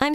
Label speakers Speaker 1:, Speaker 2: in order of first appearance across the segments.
Speaker 1: I'm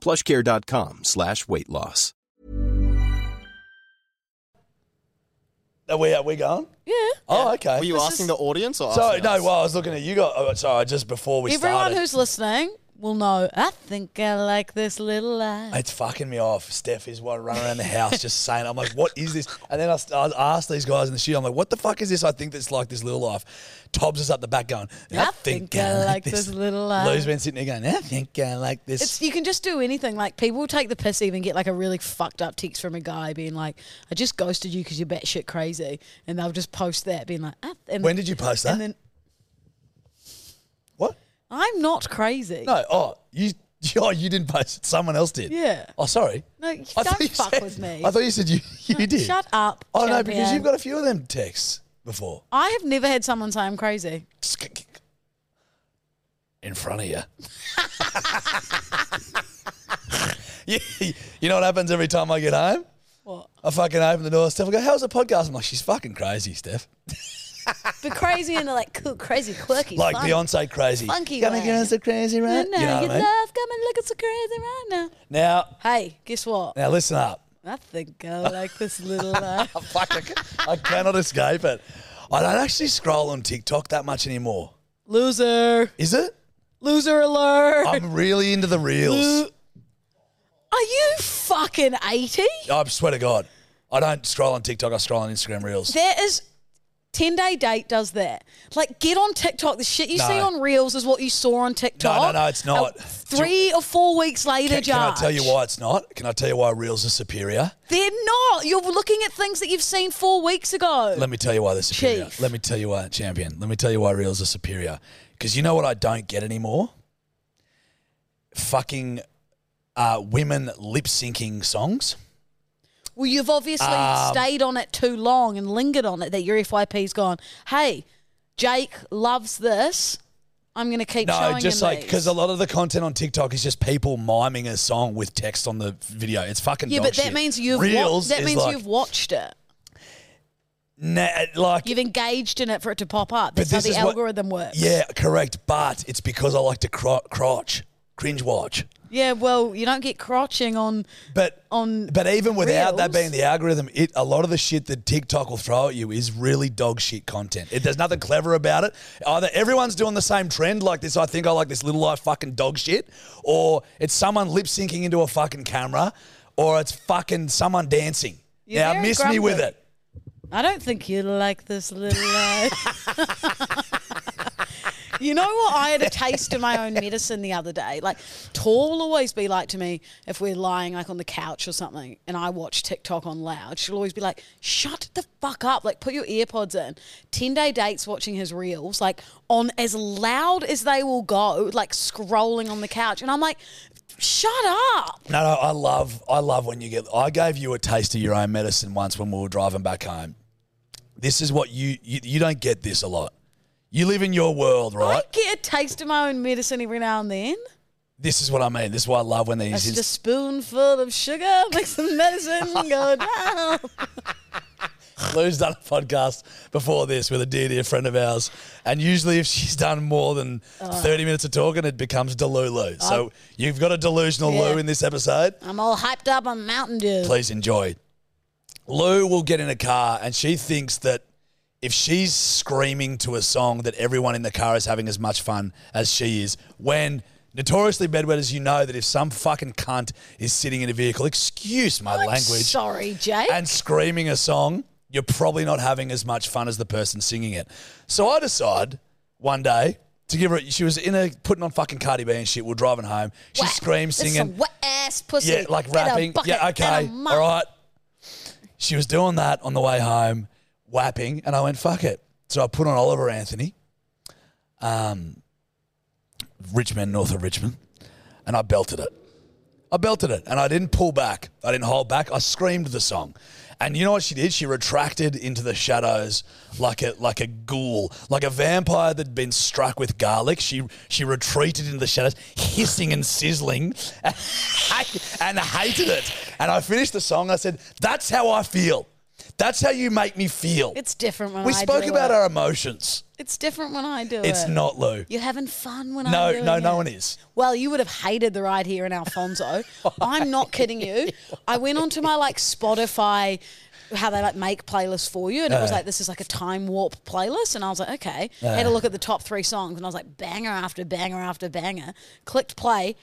Speaker 2: Plushcare.com slash weight loss.
Speaker 3: Are we, are we going? Yeah. Oh, okay.
Speaker 4: Were you
Speaker 3: This
Speaker 4: asking
Speaker 3: is-
Speaker 4: the audience or
Speaker 3: Sorry,
Speaker 4: asking
Speaker 3: no,
Speaker 4: us?
Speaker 3: well, I was looking at you guys. Oh, sorry, just before we
Speaker 5: Everyone
Speaker 3: started.
Speaker 5: who's listening will know. I think I like this little life.
Speaker 3: It's fucking me off. Steph is one running around the house just saying, I'm like, what is this? And then I, st- I asked these guys in the studio, I'm like, what the fuck is this? I think that's like this little life. Tobs us up the back going, I, think, I like, this.
Speaker 5: little life.
Speaker 3: Lou's been sitting there going, I think I like this.
Speaker 5: It's you can just do anything. Like people will take the piss, even get like a really fucked up text from a guy being like, "I just ghosted you because you're batshit crazy," and they'll just post that, being like, ah, and
Speaker 3: when did you post that?
Speaker 5: And then
Speaker 3: what?
Speaker 5: I'm not crazy.
Speaker 3: No, oh, you. Oh, you didn't post it. Someone else did.
Speaker 5: Yeah.
Speaker 3: Oh, sorry.
Speaker 5: No, you
Speaker 3: I thought
Speaker 5: don't
Speaker 3: you
Speaker 5: fuck
Speaker 3: said-
Speaker 5: with me.
Speaker 3: I thought you said you, you
Speaker 5: No,
Speaker 3: did.
Speaker 5: Shut up.
Speaker 3: Oh, no, because
Speaker 5: champion.
Speaker 3: you've got a few of them texts before.
Speaker 5: I have never had someone say I'm crazy.
Speaker 3: in front of you. you, you know what happens every time I get home?
Speaker 5: What?
Speaker 3: I fucking open the door. Steph, I go, how's the podcast? I'm like, she's fucking crazy, Steph.
Speaker 5: But crazy and like cool, crazy, quirky,
Speaker 3: like
Speaker 5: fun.
Speaker 3: Beyonce crazy.
Speaker 5: Funky
Speaker 3: Gonna
Speaker 5: way.
Speaker 3: get us a crazy
Speaker 5: No,
Speaker 3: right?
Speaker 5: no,
Speaker 3: you know
Speaker 5: your
Speaker 3: what I mean?
Speaker 5: love coming look it's so crazy right now.
Speaker 3: Now,
Speaker 5: Hey, guess what?
Speaker 3: now listen up.
Speaker 5: I think I like this little uh, life.
Speaker 3: Fuck, I, ca- I cannot escape it. I don't actually scroll on TikTok that much anymore.
Speaker 5: Loser.
Speaker 3: Is it?
Speaker 5: Loser alert.
Speaker 3: I'm really into the reels.
Speaker 5: Are you fucking 80?
Speaker 3: I swear to God. I don't scroll on TikTok, I scroll on Instagram reels.
Speaker 5: There is 10 day date does that. Like, get on TikTok. The shit you
Speaker 3: No.
Speaker 5: see on Reels is what you saw on TikTok.
Speaker 3: no, it's not.
Speaker 5: Uh, three or four weeks later,
Speaker 3: Can, can I tell you
Speaker 5: Judge.
Speaker 3: why it's not? Can I tell you why reels are superior?
Speaker 5: They're not. You're looking at things that you've seen four weeks ago.
Speaker 3: Let me tell you why they're superior.
Speaker 5: Oh, Chief.
Speaker 3: Let me tell you why, champion. Let me tell you why reels are superior. Because you know what I don't get anymore? Fucking uh, women lip syncing songs.
Speaker 5: well, you've obviously
Speaker 3: Um,
Speaker 5: stayed on it too long and lingered on it that your FYP's gone, hey, Jake loves this. I'm going to keep
Speaker 3: No,
Speaker 5: showing
Speaker 3: just
Speaker 5: him
Speaker 3: like
Speaker 5: these."
Speaker 3: because a lot of the content on TikTok is just people miming a song with text on the video. It's fucking
Speaker 5: Yeah,
Speaker 3: dog
Speaker 5: but that
Speaker 3: shit.
Speaker 5: means you've wa-
Speaker 3: reels
Speaker 5: that
Speaker 3: is
Speaker 5: means
Speaker 3: like,
Speaker 5: you've watched it.
Speaker 3: nah, like
Speaker 5: You've engaged in it for it to pop up. That's how the
Speaker 3: what-
Speaker 5: algorithm works.
Speaker 3: Yeah, correct. But it's because I like to cro- crotch, cringe watch.
Speaker 5: Yeah, well, you don't get crotching on
Speaker 3: But
Speaker 5: on
Speaker 3: But even without that being
Speaker 5: Reels?
Speaker 3: the algorithm, it a lot of the shit that TikTok will throw at you is really dog shit content. It, there's nothing clever about it. Either everyone's doing the same trend, like this, I think I like this little life fucking dog shit, or it's someone lip syncing into a fucking camera, or it's fucking someone dancing.
Speaker 5: You're
Speaker 3: now
Speaker 5: very
Speaker 3: miss me with
Speaker 5: grumpy.
Speaker 3: it.
Speaker 5: I don't think you like this little life. you know what? I had a taste of my own medicine the other day. Like, Tall will always be like to me if we're lying like on the couch or something, and I watch TikTok on loud. She'll always be like, "Shut the fuck up! Like, put your earpods in." Ten day dates watching his reels, like on as loud as they will go, like scrolling on the couch, and I'm like, "Shut up!"
Speaker 3: No, no, I love, I love when you get. I gave you a taste of your own medicine once when we were driving back home. This is what you you, you don't get this a lot. You live in your world, right?
Speaker 5: I get a taste of my own medicine every now and then.
Speaker 3: This is what I mean. This is why I love when
Speaker 5: It's
Speaker 3: these
Speaker 5: just a spoonful of sugar makes the medicine go down.
Speaker 3: Lou's done a podcast before this with a dear, dear friend of ours. And usually, if she's done more than
Speaker 5: Oh.
Speaker 3: 30 minutes of talking, it becomes Delulu. So you've got a delusional
Speaker 5: Yeah.
Speaker 3: Lou in this episode.
Speaker 5: I'm all hyped up on Mountain Dew.
Speaker 3: Please enjoy. Lou will get in a car and she thinks that if she's screaming to a song, that everyone in the car is having as much fun as she is when Notoriously bedwetters, you know that if some fucking cunt is sitting in a vehicle, excuse my language,
Speaker 5: Sorry, Jake.
Speaker 3: and screaming a song, you're probably not having as much fun as the person singing it. So I decide one day to give her. She was in a putting on fucking Cardi B and shit. We're driving home. She
Speaker 5: Whack.
Speaker 3: screams,
Speaker 5: This is
Speaker 3: singing,
Speaker 5: some wet ass pussy.
Speaker 3: yeah, like
Speaker 5: Get a
Speaker 3: rapping.
Speaker 5: bucket
Speaker 3: Yeah,
Speaker 5: and a
Speaker 3: okay,
Speaker 5: mop.
Speaker 3: all right. She was doing that on the way home, whapping, and I went fuck it. So I put on Oliver Anthony, um, Richmond, north of Richmond, and I belted it. I belted it, and I didn't pull back. I didn't hold back. I screamed the song, and you know what she did? She retracted into the shadows like a like a ghoul, like a vampire that'd been struck with garlic. She she retreated into the shadows, hissing and sizzling, and, and hated it. And I finished the song. I said, "That's how I feel. That's how you make me feel."
Speaker 5: It's different when
Speaker 3: we
Speaker 5: I
Speaker 3: spoke
Speaker 5: do
Speaker 3: about
Speaker 5: it.
Speaker 3: our emotions.
Speaker 5: It's different when I do it.
Speaker 3: It's not Lou.
Speaker 5: You're having fun when
Speaker 3: no,
Speaker 5: I'm doing
Speaker 3: no,
Speaker 5: it.
Speaker 3: no one is.
Speaker 5: Well, you would have hated the ride here in Alfonso. I'm not kidding you. I went onto my like Spotify, how they like make playlists for you, and it was
Speaker 3: Yeah.
Speaker 5: like this is like a time warp playlist, and I was like, okay.
Speaker 3: Uh.
Speaker 5: Had a look at the top three songs, and I was like, banger after banger after banger. Clicked play.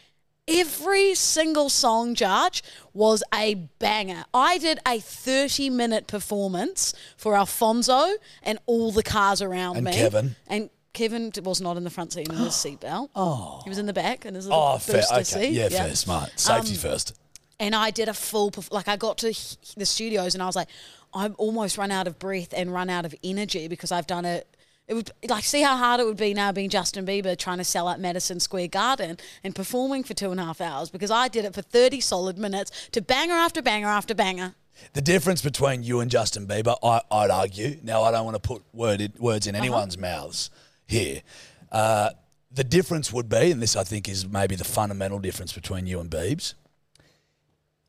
Speaker 5: Every single song, Jarch, was a banger. I did a 30 minute performance for Alfonso and all the cars around
Speaker 3: And
Speaker 5: me.
Speaker 3: Kevin.
Speaker 5: And Kevin d- was not in the front seat in his seatbelt. Oh. He was in the back and his little
Speaker 3: Oh, fair.
Speaker 5: booster Um,
Speaker 3: Okay.
Speaker 5: seat.
Speaker 3: Yeah, fair. Smart. Safety first.
Speaker 5: And I did a full, perf- like I got to h- the studios and I was like, I've almost run out of breath and run out of energy because I've done it. It would like see how hard it would be now being Justin Bieber trying to sell out Madison Square Garden and performing for two and a half hours because I did it for thirty solid minutes to banger after banger after banger.
Speaker 3: The difference between you and Justin Bieber, I, I'd argue. Now, I don't want to put word in, words in anyone's mouths here. Uh, the difference would be, and this I think is maybe the fundamental difference between you and Biebs.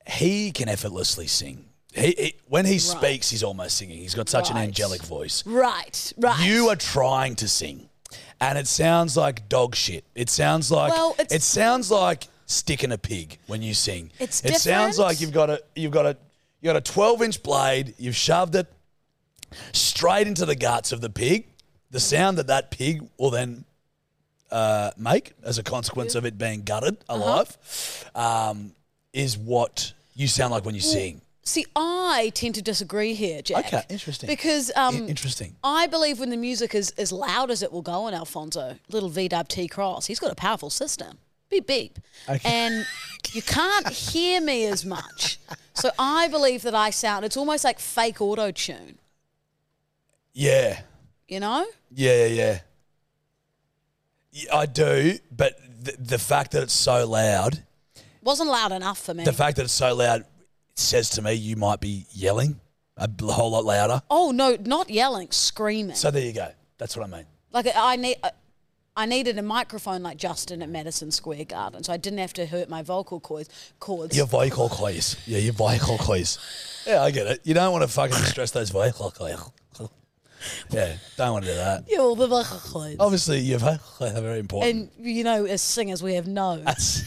Speaker 3: He can effortlessly sing. He, he when he speaks, he's almost singing. He's got such an
Speaker 5: Right.
Speaker 3: angelic voice.
Speaker 5: Right, right.
Speaker 3: You are trying to sing, and it sounds like dog shit. It sounds like
Speaker 5: Well, it's-
Speaker 3: it sounds like sticking a pig when you sing.
Speaker 5: It's
Speaker 3: it sounds
Speaker 5: different.
Speaker 3: like you've got a you've got a you got a twelve inch blade. You've shoved it straight into the guts of the pig. The sound that that pig will then uh, make as a consequence of it being gutted
Speaker 5: Uh-huh.
Speaker 3: alive um, is what you sound like when you sing.
Speaker 5: See, I tend to disagree here, Jack.
Speaker 3: Okay, interesting.
Speaker 5: Because
Speaker 3: I-
Speaker 5: um,
Speaker 3: Interesting.
Speaker 5: I believe when the music is as loud as it will go in Alfonso, little V dub T Cross, he's got a powerful system. Beep beep. And you can't hear me as much. So I believe that I sound it's almost like fake auto tune,
Speaker 3: Yeah.
Speaker 5: you know?
Speaker 3: Yeah, yeah, yeah. yeah. I do, but the, the fact that it's so loud,
Speaker 5: Wasn't loud enough for me.
Speaker 3: the fact that it's so loud says to me you might be yelling a b- whole lot louder.
Speaker 5: oh no, not yelling, screaming.
Speaker 3: So there you go. That's what I mean.
Speaker 5: like I need. I needed a microphone like Justin at Madison Square Garden, so I didn't have to hurt my vocal cords. Chords.
Speaker 3: Your vocal cords. Yeah, your vocal cords. Yeah, I get it. You don't want to fucking stress those vocal cords. Yeah, don't want to do that.
Speaker 5: Yeah, all the vocal cords.
Speaker 3: Obviously, your vocal cords are very important.
Speaker 5: And you know, as singers, we have nodes,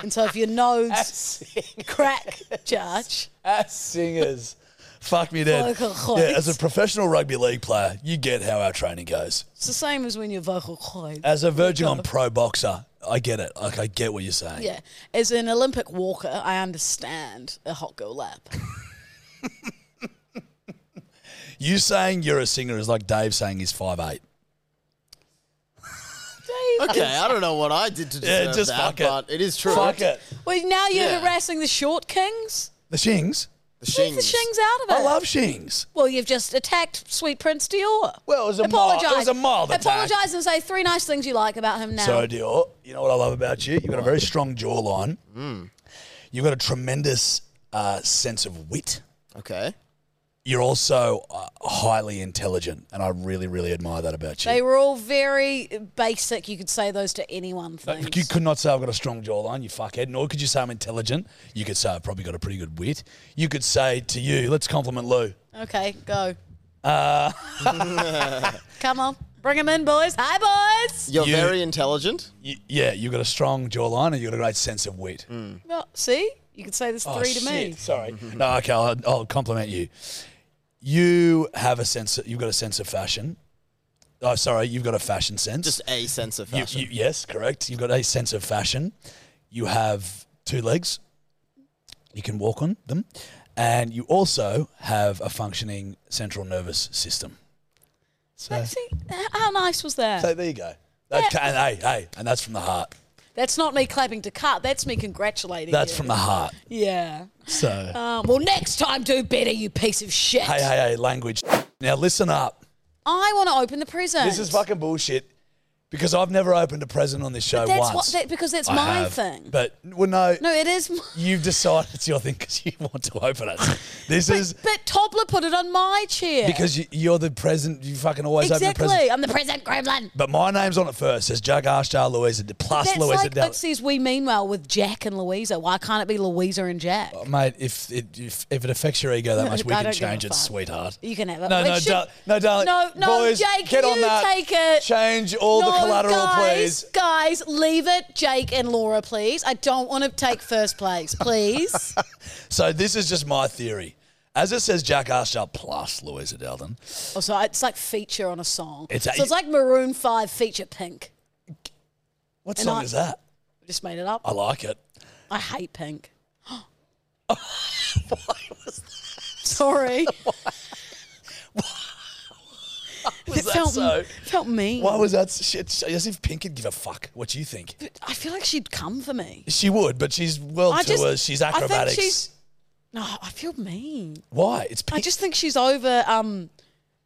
Speaker 5: and so if your nodes crack, judge,
Speaker 3: as singers. Fuck me dead.
Speaker 5: Vocal cords.
Speaker 3: Yeah, as a professional rugby league player, you get how our training goes.
Speaker 5: it's the same as when your vocal cords.
Speaker 3: As a Virgin on pro boxer, I get it. Like I get what you're saying.
Speaker 5: yeah, as an Olympic walker, I understand a hot girl lap.
Speaker 3: You saying you're a singer is like Dave saying he's five eight.
Speaker 4: Okay, I don't know what I did to
Speaker 3: Yeah,
Speaker 4: deserve
Speaker 3: just
Speaker 4: that,
Speaker 3: fuck it.
Speaker 4: but it is true.
Speaker 3: Fuck it.
Speaker 5: well, now you're
Speaker 4: Yeah.
Speaker 5: harassing the short kings.
Speaker 3: The Shings.
Speaker 4: The
Speaker 5: Leave the
Speaker 4: shings.
Speaker 5: shings out of it.
Speaker 3: I love Shings.
Speaker 5: Well, you've just attacked Sweet Prince Dior.
Speaker 3: Well, it was a mild-
Speaker 5: apologize.
Speaker 3: it was a mild attack.
Speaker 5: Apologize and say three nice things you like about him now.
Speaker 3: So Dior, you know what I love about you? You've got a very strong jawline.
Speaker 5: Hmm.
Speaker 3: You've got a tremendous uh, sense of wit.
Speaker 4: Okay.
Speaker 3: You're also uh, highly intelligent, and I really, really admire that about you.
Speaker 5: they were all very basic. You could say those to anyone. Things.
Speaker 3: You could not say I've got a strong jawline, you fuckhead. Nor could you say I'm intelligent. You could say I've probably got a pretty good wit. You could say to you, let's compliment Lou.
Speaker 5: Okay, go.
Speaker 3: Uh,
Speaker 5: Come on, bring them in, boys. Hi, boys.
Speaker 4: You're
Speaker 3: You-
Speaker 4: very intelligent.
Speaker 3: Y- yeah, you've got a strong jawline and you've got a great sense of wit. Three
Speaker 5: Well, see, you could say this
Speaker 3: Oh,
Speaker 5: three to me.
Speaker 3: Sorry. no, okay, I'll, I'll compliment you. You have a sense. Of, you've got a sense of fashion. Oh, sorry, you've got a fashion sense.
Speaker 4: Just a sense of
Speaker 3: You-
Speaker 4: fashion.
Speaker 3: you- yes, correct. You've got a sense of fashion. You have two legs. You can walk on them. And you also have a functioning central nervous system. So,
Speaker 5: Like, see, how nice was that?
Speaker 3: so there you go. That, ca- and hey, hey, and that's from the heart.
Speaker 5: that's not me clapping to cut. That's me congratulating
Speaker 3: That's
Speaker 5: you.
Speaker 3: from the heart.
Speaker 5: Yeah.
Speaker 3: So,
Speaker 5: Um, well, next time, do better, you piece of shit.
Speaker 3: hey, hey, hey, language. Now, listen up.
Speaker 5: I want to open the present.
Speaker 3: This is fucking bullshit because I've never opened a present on this show
Speaker 5: That's
Speaker 3: once.
Speaker 5: what that, because that's
Speaker 3: I
Speaker 5: my
Speaker 3: have.
Speaker 5: thing.
Speaker 3: But, well, no.
Speaker 5: no, it is. My,
Speaker 3: You've decided it's your thing because you want to open it. This is
Speaker 5: but Tobler put it on my chair.
Speaker 3: Because you, you're the present, you fucking always open the
Speaker 5: exactly,
Speaker 3: present.
Speaker 5: I'm the present gremlin.
Speaker 3: But my name's on it first. Says Jug Ashtar Louisa D- plus
Speaker 5: That's
Speaker 3: Louisa
Speaker 5: like
Speaker 3: Dell.
Speaker 5: it says we mean well with Jack and Louisa. Why can't it be Louisa and Jack?
Speaker 3: Mate, if it if, if it affects your ego that much, we
Speaker 5: I
Speaker 3: can
Speaker 5: don't give a
Speaker 3: change it,
Speaker 5: fuck.
Speaker 3: sweetheart.
Speaker 5: You can have it.
Speaker 3: No,
Speaker 5: It
Speaker 3: no,
Speaker 5: should-
Speaker 3: dar- no, darling.
Speaker 5: No, no,
Speaker 3: Boys,
Speaker 5: Jake,
Speaker 3: get
Speaker 5: you
Speaker 3: on that.
Speaker 5: take it.
Speaker 3: Change all the
Speaker 5: No,
Speaker 3: collateral,
Speaker 5: guys,
Speaker 3: please.
Speaker 5: Guys, leave it, Jake and Laura, please. I don't want to take first place, please.
Speaker 3: So this is just my theory. As it says, Jack Ashtar plus Louisa Delden.
Speaker 5: also, it's like feature on a song.
Speaker 3: It's
Speaker 5: so
Speaker 3: a-
Speaker 5: it's like Maroon Five feature Pink.
Speaker 3: What
Speaker 5: And
Speaker 3: song
Speaker 5: I-
Speaker 3: is that?
Speaker 5: Just made it up.
Speaker 3: I like it.
Speaker 5: I hate Pink. Sorry,
Speaker 3: Was that
Speaker 5: felt
Speaker 3: so?
Speaker 5: felt mean.
Speaker 3: Why was that shit? As if Pink could give a fuck what you think.
Speaker 5: But I feel like she'd come for me.
Speaker 3: She would, but she's world
Speaker 5: I
Speaker 3: tours.
Speaker 5: just-
Speaker 3: she's
Speaker 5: I think
Speaker 3: acrobatics.
Speaker 5: she's- No, I feel mean.
Speaker 3: Why? It's Pink.
Speaker 5: I just think she's over. Um.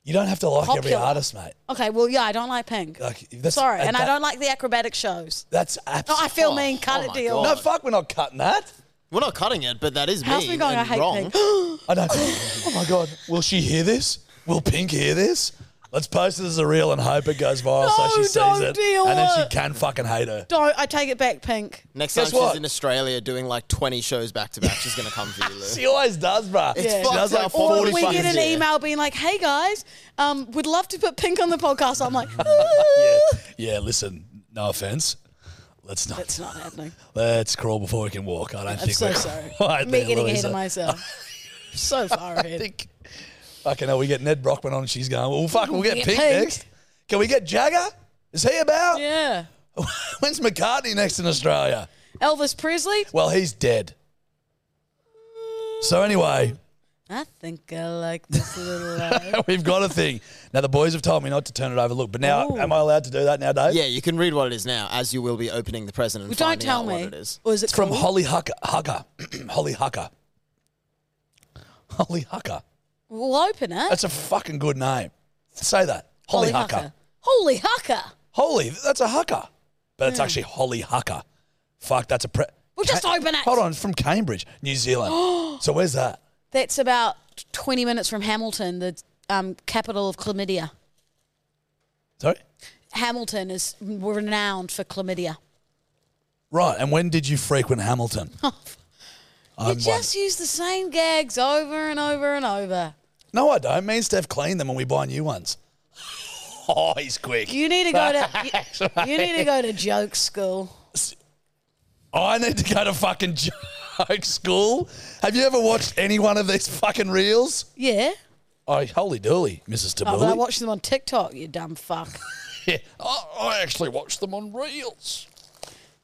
Speaker 3: You don't have to like every
Speaker 5: Popular.
Speaker 3: artist, mate.
Speaker 5: Okay. Well, yeah, I don't like Pink.
Speaker 3: Like that's,
Speaker 5: Sorry, and I
Speaker 3: that-
Speaker 5: don't like the acrobatic shows.
Speaker 3: That's
Speaker 5: No, I
Speaker 3: absolutely.
Speaker 5: feel
Speaker 4: Oh,
Speaker 5: mean. Cut
Speaker 4: oh
Speaker 5: it,
Speaker 4: my
Speaker 5: deal.
Speaker 3: no,
Speaker 4: God.
Speaker 3: fuck, we're not cutting that.
Speaker 4: We're not cutting it, but that is
Speaker 5: How's
Speaker 4: mean
Speaker 5: me going? I
Speaker 4: and
Speaker 5: hate
Speaker 4: wrong.
Speaker 5: Pink.
Speaker 3: I don't. oh my god, will she hear this? Will Pink hear this? Let's post it as a reel and hope it goes viral so
Speaker 5: No,
Speaker 3: she sees
Speaker 5: don't
Speaker 3: it,
Speaker 5: deal
Speaker 3: and then she
Speaker 5: it.
Speaker 3: can fucking hate her.
Speaker 5: Don't. I take it back, Pink.
Speaker 4: Next
Speaker 3: Guess
Speaker 4: time
Speaker 3: what?
Speaker 4: she's in Australia doing like 20 shows back to back, she's going to come for you, Lou.
Speaker 3: She always does, bruh.
Speaker 4: It's
Speaker 3: she
Speaker 4: fucked
Speaker 3: does
Speaker 4: up
Speaker 3: like
Speaker 4: all
Speaker 5: Or
Speaker 4: Forty
Speaker 5: we
Speaker 3: fucking
Speaker 5: get
Speaker 4: fucking
Speaker 5: an
Speaker 4: years.
Speaker 5: email being like, "Hey guys, um, would love to put Pink on the podcast." I'm like,
Speaker 3: yeah, yeah. Listen, no offense. Let's not.
Speaker 5: that's not happening.
Speaker 3: Let's crawl before we can walk. I don't
Speaker 5: I'm
Speaker 3: think
Speaker 5: so
Speaker 3: we're
Speaker 5: sorry.
Speaker 3: quite
Speaker 5: Me
Speaker 3: there,
Speaker 5: getting ahead
Speaker 3: Louisa.
Speaker 5: of myself. so far
Speaker 3: I
Speaker 5: ahead.
Speaker 3: think. Fucking hell, we get Ned Brockman on and she's going, well, fuck, we'll get
Speaker 5: Get
Speaker 3: Pink,
Speaker 5: Pink.
Speaker 3: next. Can we get Jagger? Is he about?
Speaker 5: Yeah.
Speaker 3: When's McCartney next in Australia?
Speaker 5: Elvis Presley.
Speaker 3: Well, he's dead. So anyway,
Speaker 5: I think I like this little. life.
Speaker 3: we've got a thing. Now, the boys have told me not to turn it over. Look, but now,
Speaker 5: Ooh.
Speaker 3: am I allowed to do that now, Dave?
Speaker 4: Yeah, you can read what it is now, as you will be opening the present and
Speaker 5: Well, don't
Speaker 4: finding
Speaker 5: tell
Speaker 4: out
Speaker 5: me.
Speaker 4: what it is.
Speaker 5: Or is it
Speaker 3: It's from
Speaker 5: cool?
Speaker 3: Holly Hucker. Hucker. Holly Hucker. Holly Hucker.
Speaker 5: We'll open it.
Speaker 3: That's a fucking good name. Say that. Holly, Hucker.
Speaker 5: Holy Hucker.
Speaker 3: Holy, that's a hucker. But it's actually Holly Hucker. Fuck, that's a pre.
Speaker 5: Hmm. Well, just open it.
Speaker 3: Hold on, it's from Cambridge, New Zealand. so where's that?
Speaker 5: That's about 20 minutes from Hamilton, the um, capital of chlamydia.
Speaker 3: Sorry?
Speaker 5: Hamilton is renowned for chlamydia.
Speaker 3: Right, and when did you frequent Hamilton?
Speaker 5: You
Speaker 3: I'm
Speaker 5: just use the same gags over and over and over.
Speaker 3: one. No, I don't. Me and Steph clean them when we buy new ones. Oh, he's quick.
Speaker 5: You need to go to you, you need to go to joke school.
Speaker 3: I need to go to fucking joke school. Have you ever watched any one of these fucking reels?
Speaker 5: Yeah.
Speaker 3: Oh, holy dooly, Mrs.
Speaker 5: Oh, but I
Speaker 3: Tabuli.
Speaker 5: watch them on TikTok, you dumb fuck.
Speaker 3: Yeah, I, I actually watched them on reels.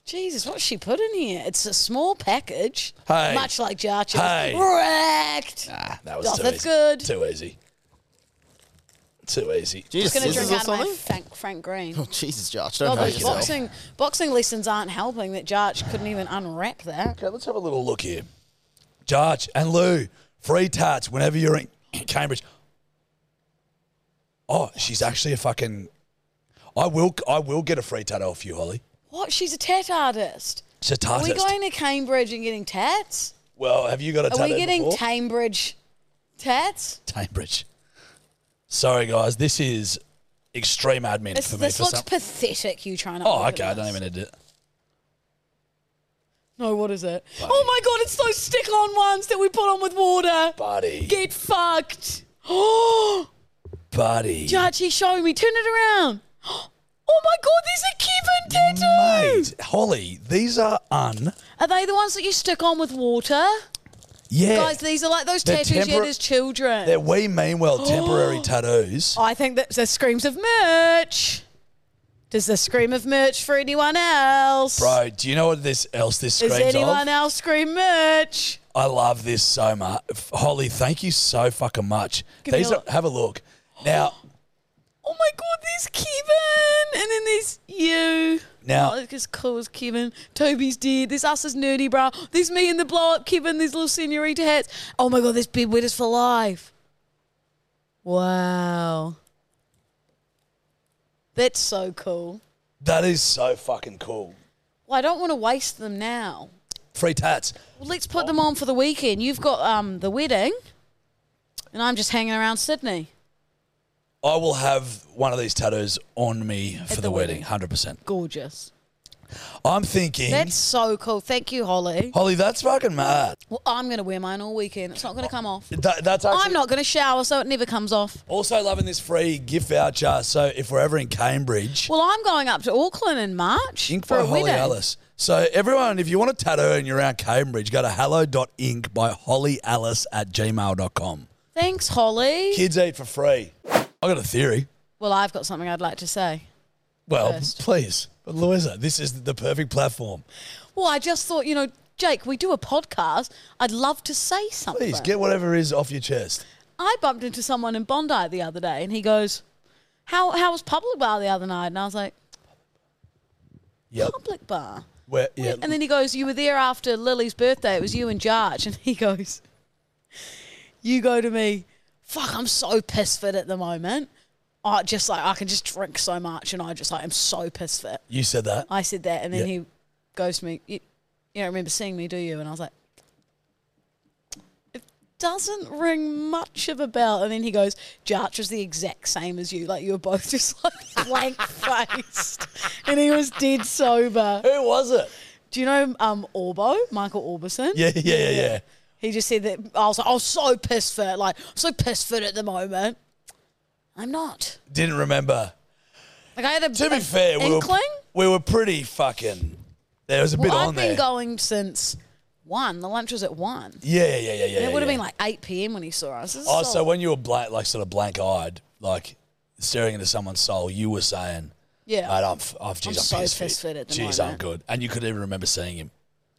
Speaker 5: Jesus, what's she put in here? It's a small package.
Speaker 3: Hey.
Speaker 5: Much like Jarcha.
Speaker 3: Hey.
Speaker 5: Wrecked.
Speaker 3: Ah, that was
Speaker 5: Oh,
Speaker 3: too
Speaker 5: that's
Speaker 3: easy.
Speaker 5: good.
Speaker 3: Too easy. Too easy.
Speaker 4: Do you
Speaker 5: Just
Speaker 4: just
Speaker 5: gonna drink
Speaker 4: scissors or
Speaker 5: out of my
Speaker 4: something?
Speaker 5: Frank, Frank Green.
Speaker 4: Oh, Jesus, Josh, don't
Speaker 5: Oh,
Speaker 4: hurt
Speaker 5: those
Speaker 4: yourself.
Speaker 5: boxing boxing lessons aren't helping. That Jarch couldn't even unwrap that.
Speaker 3: Okay, let's have a little look here. Judge and Lou, free tats whenever you're in Cambridge. Oh, she's actually a fucking. I will. I will get a free tat off you, Holly.
Speaker 5: What? She's a tat artist.
Speaker 3: She's a
Speaker 5: Are we
Speaker 3: tartist.
Speaker 5: going to Cambridge and getting tats?
Speaker 3: well, have you got a
Speaker 5: Are
Speaker 3: tat?
Speaker 5: we getting
Speaker 3: before?
Speaker 5: Cambridge tats?
Speaker 3: Cambridge? Sorry, guys, this is extreme admin
Speaker 5: This,
Speaker 3: for me.
Speaker 5: this
Speaker 3: for
Speaker 5: looks
Speaker 3: some-
Speaker 5: pathetic. You trying to?
Speaker 3: oh,
Speaker 5: open
Speaker 3: okay. I don't
Speaker 5: this.
Speaker 3: even need to.
Speaker 5: No, what is it? Oh my god, it's those stick-on ones that we put on with water.
Speaker 3: Buddy,
Speaker 5: Get fucked. Oh,
Speaker 3: buddy,
Speaker 5: Jarchi, show me. Turn it around. Oh my god, there's a Kevin tattoo.
Speaker 3: mate, Holly, these are un.
Speaker 5: Are they the ones that you stick on with water?
Speaker 3: Yeah.
Speaker 5: Guys, these are like those
Speaker 3: They're
Speaker 5: tattoos you
Speaker 3: tempor-
Speaker 5: had as children.
Speaker 3: They're we mean well
Speaker 5: Oh.
Speaker 3: temporary tattoos.
Speaker 5: I think that that screams of merch. Does the scream of merch for anyone else?
Speaker 3: Bro, do you know what this else this
Speaker 5: Is
Speaker 3: screams
Speaker 5: anyone
Speaker 3: of?
Speaker 5: else scream merch?
Speaker 3: I love this so much. Holly, thank you so fucking much.
Speaker 5: Give me
Speaker 3: These
Speaker 5: a
Speaker 3: are,
Speaker 5: look.
Speaker 3: have a look. Now,
Speaker 5: Oh my god, there's Kevin, and then there's you.
Speaker 3: now
Speaker 5: Oh, look as cool as Kevin. Toby's dead. There's us as nerdy bro. There's me in the blow up Kevin. There's little senorita hats. Oh my god, there's bed wetters for life. Wow, that's so cool.
Speaker 3: that is so fucking cool.
Speaker 5: Well, I don't want to waste them now.
Speaker 3: Free tats.
Speaker 5: Well, let's put them on for the weekend. You've got um, the wedding, and I'm just hanging around Sydney.
Speaker 3: I will have one of these tattoos on me for the,
Speaker 5: the wedding.
Speaker 3: wedding, hundred percent.
Speaker 5: Gorgeous.
Speaker 3: I'm thinking,
Speaker 5: That's so cool. Thank you, Holly.
Speaker 3: Holly, that's fucking mad.
Speaker 5: Well, I'm going to wear mine all weekend. It's not going to come off.
Speaker 3: That, that's actually,
Speaker 5: I'm not going to shower, so it never comes off.
Speaker 3: Also loving this free gift voucher. So if we're ever in Cambridge,
Speaker 5: Well, I'm going up to Auckland in March
Speaker 3: Ink
Speaker 5: for
Speaker 3: by
Speaker 5: a
Speaker 3: Holly
Speaker 5: wedding.
Speaker 3: Alice. So everyone, if you want a tattoo and you're around Cambridge, go to hello.ink by Holly Alice at gmail.com.
Speaker 5: Thanks, Holly.
Speaker 3: Kids eat for free. I got a theory.
Speaker 5: Well, I've got something I'd like to say.
Speaker 3: Well,
Speaker 5: First.
Speaker 3: please. But Louisa, this is the perfect platform.
Speaker 5: Well, I just thought, you know, Jake, we do a podcast. I'd love to say something.
Speaker 3: Please get whatever is off your chest.
Speaker 5: I bumped into someone in Bondi the other day, and he goes, "How how was public bar the other night?" And I was like,
Speaker 3: Yep.
Speaker 5: "Public bar."
Speaker 3: Where, yeah.
Speaker 5: And then he goes, "You were there after Lily's birthday. It was you and Jarge." And he goes, "You go to me. Fuck, I'm so piss fit at the moment. I just like I can just drink so much, and I just like I'm so piss fit."
Speaker 3: you said that.
Speaker 5: I said that, and then
Speaker 3: Yeah.
Speaker 5: he goes to me, you, you don't remember seeing me, do you? And I was like, it doesn't ring much of a bell. And then he goes, Jarch was the exact same as you. Like, you were both just like blank faced. And he was dead sober.
Speaker 3: Who was it?
Speaker 5: Do you know um, Orbo, Michael Orbison?
Speaker 3: Yeah, yeah, yeah, yeah.
Speaker 5: He just said that I was like, I was so pissed fit, like, so pissed fit at the moment. I'm not.
Speaker 3: Didn't remember.
Speaker 5: Like, I had a
Speaker 3: To be
Speaker 5: a
Speaker 3: fair, we were,
Speaker 5: inkling.
Speaker 3: we were pretty fucking. There was a bit
Speaker 5: Well,
Speaker 3: on
Speaker 5: I've been
Speaker 3: there.
Speaker 5: going since one. The lunch was at one.
Speaker 3: yeah, yeah, yeah, yeah.
Speaker 5: And
Speaker 3: yeah,
Speaker 5: it would have
Speaker 3: yeah.
Speaker 5: been like 8 p.m. when he saw us. This is
Speaker 3: Oh,
Speaker 5: so-
Speaker 3: so when you were blank, like sort of blank eyed, like staring into someone's soul, you were saying,
Speaker 5: yeah,
Speaker 3: "Mate, I'm, f- I've,
Speaker 5: I'm
Speaker 3: geez,
Speaker 5: so
Speaker 3: I'm,
Speaker 5: piss fit at the
Speaker 3: Jeez, I'm
Speaker 5: moment.
Speaker 3: good." And you couldn't even remember seeing him,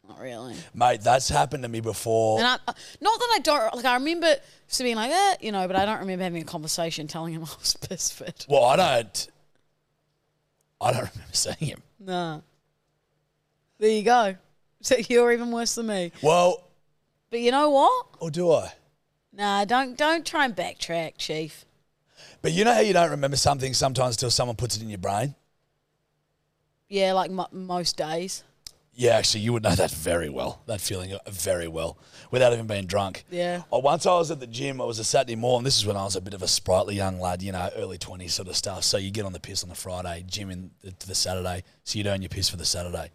Speaker 5: not really.
Speaker 3: mate. That's happened to me before.
Speaker 5: And I, uh, not that I don't like. I remember just being like that, you know, but I don't remember having a conversation telling him I was piss fit.
Speaker 3: well, I don't, I don't remember seeing him.
Speaker 5: Nah. There you go. So you're even worse than me.
Speaker 3: Well,
Speaker 5: But you know what?
Speaker 3: or do I?
Speaker 5: Nah, don't don't try and backtrack, Chief.
Speaker 3: But you know how you don't remember something sometimes till someone puts it in your brain.
Speaker 5: Yeah, like mo most days.
Speaker 3: Yeah, actually, you would know that very well. That feeling uh, very well, without even being drunk.
Speaker 5: Yeah.
Speaker 3: Oh, once I was at the gym. I was a Saturday morning. This is when I was a bit of a sprightly young lad, you know, early twenties sort of stuff. So you get on the piss on the Friday, gym in to the Saturday, so you'd earn your piss for the Saturday.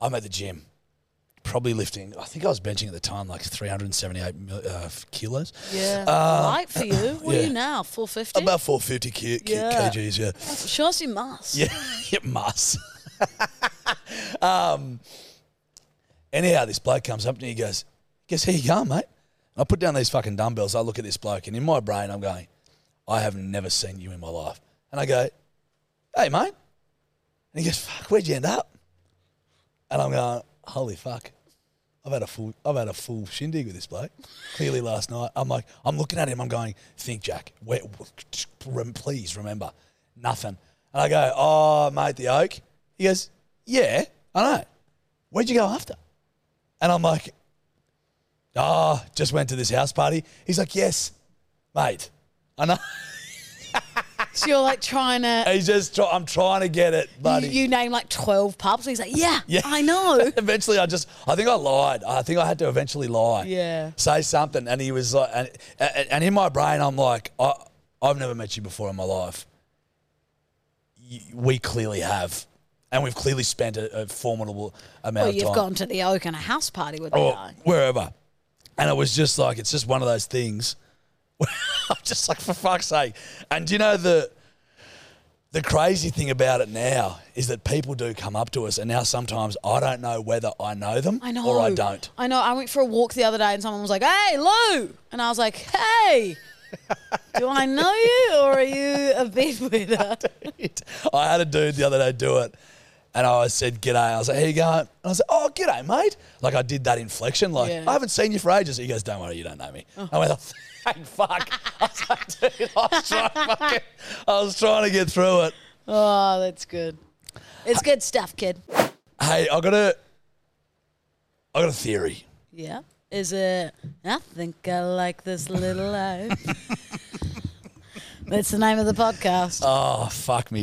Speaker 3: I'm at the gym, probably lifting. I think I was benching at the time like 378 mil, uh, kilos.
Speaker 5: Yeah,
Speaker 3: Uh,
Speaker 5: light for you. What are
Speaker 3: yeah.
Speaker 5: you now? Four fifty.
Speaker 3: About 450 ki- ki-
Speaker 5: Yeah.
Speaker 3: kgs, yeah.
Speaker 5: Sure, as you must.
Speaker 3: Yeah, it must. um, anyhow, this bloke comes up to me. He goes, "Guess here you go, mate." And I put down these fucking dumbbells. I look at this bloke, and in my brain, I'm going, "I have never seen you in my life." And I go, "Hey, mate," and he goes, "Fuck, where'd you end up?" And I'm going, "Holy fuck." I've had a full I've had a full shindig with this bloke. Clearly last night, I'm like I'm looking at him. I'm going, think, Jack. Where, rem- please remember, nothing. And I go, oh mate, the oak. He goes, yeah, I know. Where'd you go after? And I'm like, ah, just went to this house party. He's like, yes, mate, I know.
Speaker 5: So you're like trying to
Speaker 3: He's just try- I'm trying to get it, buddy.
Speaker 5: You, you name like 12 pubs. He's like, yeah,
Speaker 3: Yeah.
Speaker 5: I know.
Speaker 3: eventually, I just, I think I lied. I think I had to eventually lie.
Speaker 5: Yeah.
Speaker 3: Say something. And he was like, and, and, and in my brain, I'm like, I, I've never met you before in my life. Y we clearly have. And we've clearly spent a, a formidable amount
Speaker 5: well,
Speaker 3: of time. Oh,
Speaker 5: you've gone to the Oak and a house party with
Speaker 3: or
Speaker 5: the guy.
Speaker 3: wherever. And it was just like, it's just one of those things. where I'm just like, for fuck's sake. And do you know the, The crazy thing about it now is that people do come up to us, and now sometimes I don't know whether I know them
Speaker 5: I know.
Speaker 3: or I don't.
Speaker 5: I know. I went for a walk the other day and someone was like, hey, Lou. And I was like, hey, do I know you or are you a bedwetter?
Speaker 3: I had a dude the other day do it, and I said, G'day. I was like, How you going? And I was like, Oh, g'day, mate. Like, I did that inflection. Like,
Speaker 5: Yeah.
Speaker 3: I haven't seen you for ages. He goes, Don't worry, you don't know me. I went, oh, Thank fuck. I was like, Dude, I was, trying to fucking, I was trying to get through it.
Speaker 5: Oh, that's good. It's good stuff, kid.
Speaker 3: Hey, I got a, I got a theory.
Speaker 5: Yeah. Is it? I think I like this little life. That's the name of the podcast.
Speaker 3: Oh, fuck me.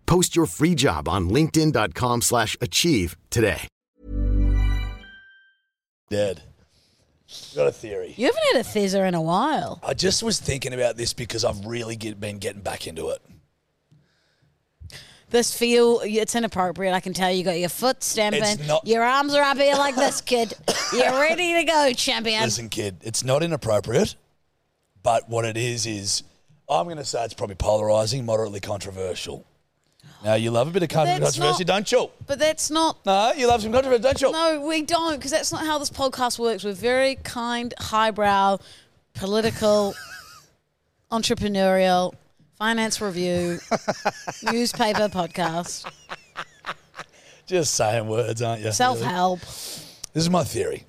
Speaker 6: Post your free job on linkedin.com/achieve slash achieve today.
Speaker 3: Dead. Got a theory.
Speaker 5: you haven't had a thizzer in a while.
Speaker 3: I just was thinking about this because I've really get, been getting back into it.
Speaker 5: This feel, it's inappropriate. I can tell you got your foot
Speaker 3: It's
Speaker 5: stamping.
Speaker 3: not-
Speaker 5: your arms are up here like this, kid. You're ready to go, champion.
Speaker 3: Listen, kid, it's not inappropriate, but what it is is I'm going to say it's probably polarizing, moderately controversial. Now, you love a bit of
Speaker 5: But that's
Speaker 3: controversy,
Speaker 5: not-
Speaker 3: don't you?
Speaker 5: But that's not
Speaker 3: No, you love some controversy, don't you?
Speaker 5: No, we don't, because that's not how this podcast works. We're very kind, highbrow, political, entrepreneurial, finance review, newspaper podcast,
Speaker 3: Just saying words, aren't you?
Speaker 5: self help.
Speaker 3: This is my theory.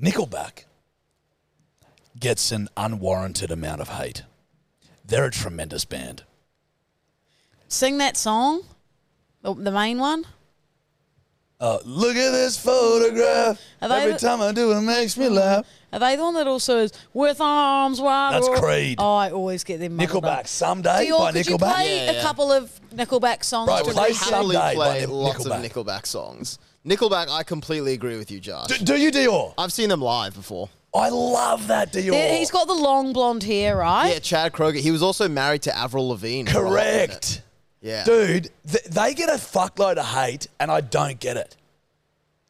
Speaker 3: Nickelback gets an unwarranted amount of hate. They're a tremendous band.
Speaker 5: Sing that song, the, the main one.
Speaker 3: Oh, look at this photograph.
Speaker 5: Have I
Speaker 3: Every
Speaker 5: ever-
Speaker 3: time I do it makes me laugh.
Speaker 5: Are they the one that also is with arms wide?
Speaker 3: That's
Speaker 5: open"?
Speaker 3: Creed.
Speaker 5: Oh, I always get them. muddled up.
Speaker 3: Nickelback, someday
Speaker 5: Dior,
Speaker 3: by
Speaker 5: could you
Speaker 3: Nickelback.
Speaker 5: play
Speaker 4: Yeah,
Speaker 5: a
Speaker 4: yeah.
Speaker 5: couple of Nickelback songs?
Speaker 3: Right,
Speaker 5: to
Speaker 3: play
Speaker 4: I
Speaker 5: recap?
Speaker 3: some-
Speaker 4: happily
Speaker 3: Someday by
Speaker 4: play
Speaker 3: Nickelback.
Speaker 4: lots of Nickelback songs. Nickelback, I completely agree with you, Josh.
Speaker 3: Do, do you, Dior?
Speaker 4: I've seen them live before.
Speaker 3: I love that Dior.
Speaker 5: There- He's got the long blonde hair, right?
Speaker 4: Yeah, Chad Kroger. He was also married to Avril Lavigne. for a while, wasn't it?
Speaker 3: correct,
Speaker 4: Yeah.
Speaker 3: dude. Th- they get a fuckload of hate, and I don't get it.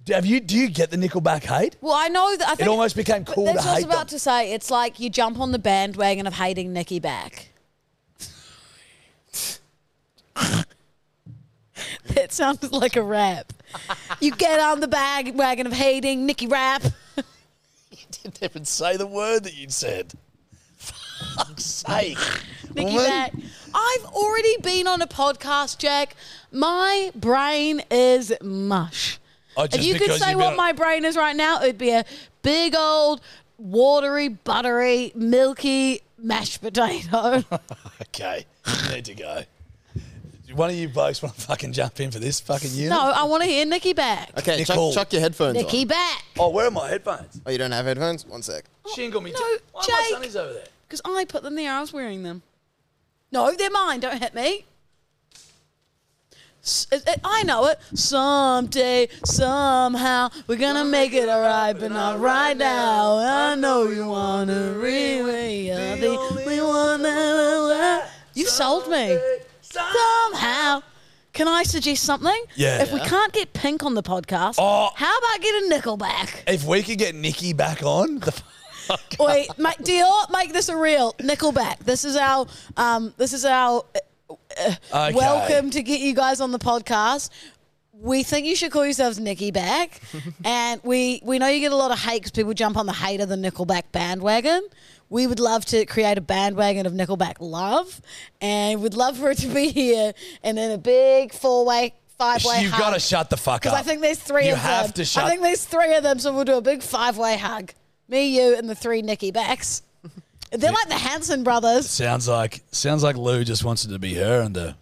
Speaker 3: Do- Have you? Do you get the Nickelback hate?
Speaker 5: Well, I know that. I think
Speaker 3: almost became
Speaker 5: but
Speaker 3: cool
Speaker 5: That's
Speaker 3: to
Speaker 5: what I was
Speaker 3: hate
Speaker 5: about
Speaker 3: them.
Speaker 5: to say. It's like you jump on the bandwagon of hating Nicky back. that sounded like a rap. You get on the bag wagon of hating Nicky rap.
Speaker 3: Didn't even say the word that you said. Fuck's sake,
Speaker 5: Nicky
Speaker 3: woman.
Speaker 5: back. I've already been on a podcast, Jack. My brain is mush.
Speaker 3: Oh,
Speaker 5: if
Speaker 3: just
Speaker 5: you could
Speaker 3: because
Speaker 5: say
Speaker 3: you've
Speaker 5: what
Speaker 3: been-
Speaker 5: my brain is right now, it'd be a big old watery, buttery, milky mashed potato.
Speaker 3: Okay, you need to go. One of you blokes want to fucking jump in for this fucking unit?
Speaker 5: no, I want to hear Nikki back.
Speaker 4: Okay, chuck,
Speaker 3: Nicole.
Speaker 4: chuck your headphones
Speaker 5: Nikki
Speaker 4: on.
Speaker 5: back.
Speaker 3: Oh, where are my headphones?
Speaker 4: Oh, you don't have headphones? One sec.
Speaker 3: Shingle me.
Speaker 5: Oh, no,
Speaker 3: Why my
Speaker 5: Jake.
Speaker 3: son is over there.
Speaker 5: Because I put them there. I was wearing them. No, they're mine. Don't hit me. S- it- it- I know it. Someday, somehow, we're gonna make it alright, but not right now. I know you wanna really, you're the only one that You sold me. Somehow. Can I suggest something?
Speaker 3: Yeah.
Speaker 5: If we can't get pink on the podcast,
Speaker 3: Oh.
Speaker 5: how about getting Nickelback?
Speaker 3: If we could get Nikki back on, the
Speaker 5: Wait, make, Dior, make this a real Nickelback. This is our, um, this is our uh,
Speaker 3: Okay.
Speaker 5: welcome to get you guys on the podcast. we think you should call yourselves Nickyback, and we we know you get a lot of hate because people jump on the hate of the Nickelback bandwagon. We would love to create a bandwagon of Nickelback love, and we'd love for it to be here and then a big four way, five way.
Speaker 3: You've got to shut the fuck up.
Speaker 5: Because I think there's three
Speaker 3: You
Speaker 5: of them.
Speaker 3: have to shut-
Speaker 5: I think there's three of them, so we'll do a big five way hug. Me, you, and the three Nicky backs. They're like the Hanson brothers.
Speaker 3: Sounds like sounds like Lou just wants it to be her and the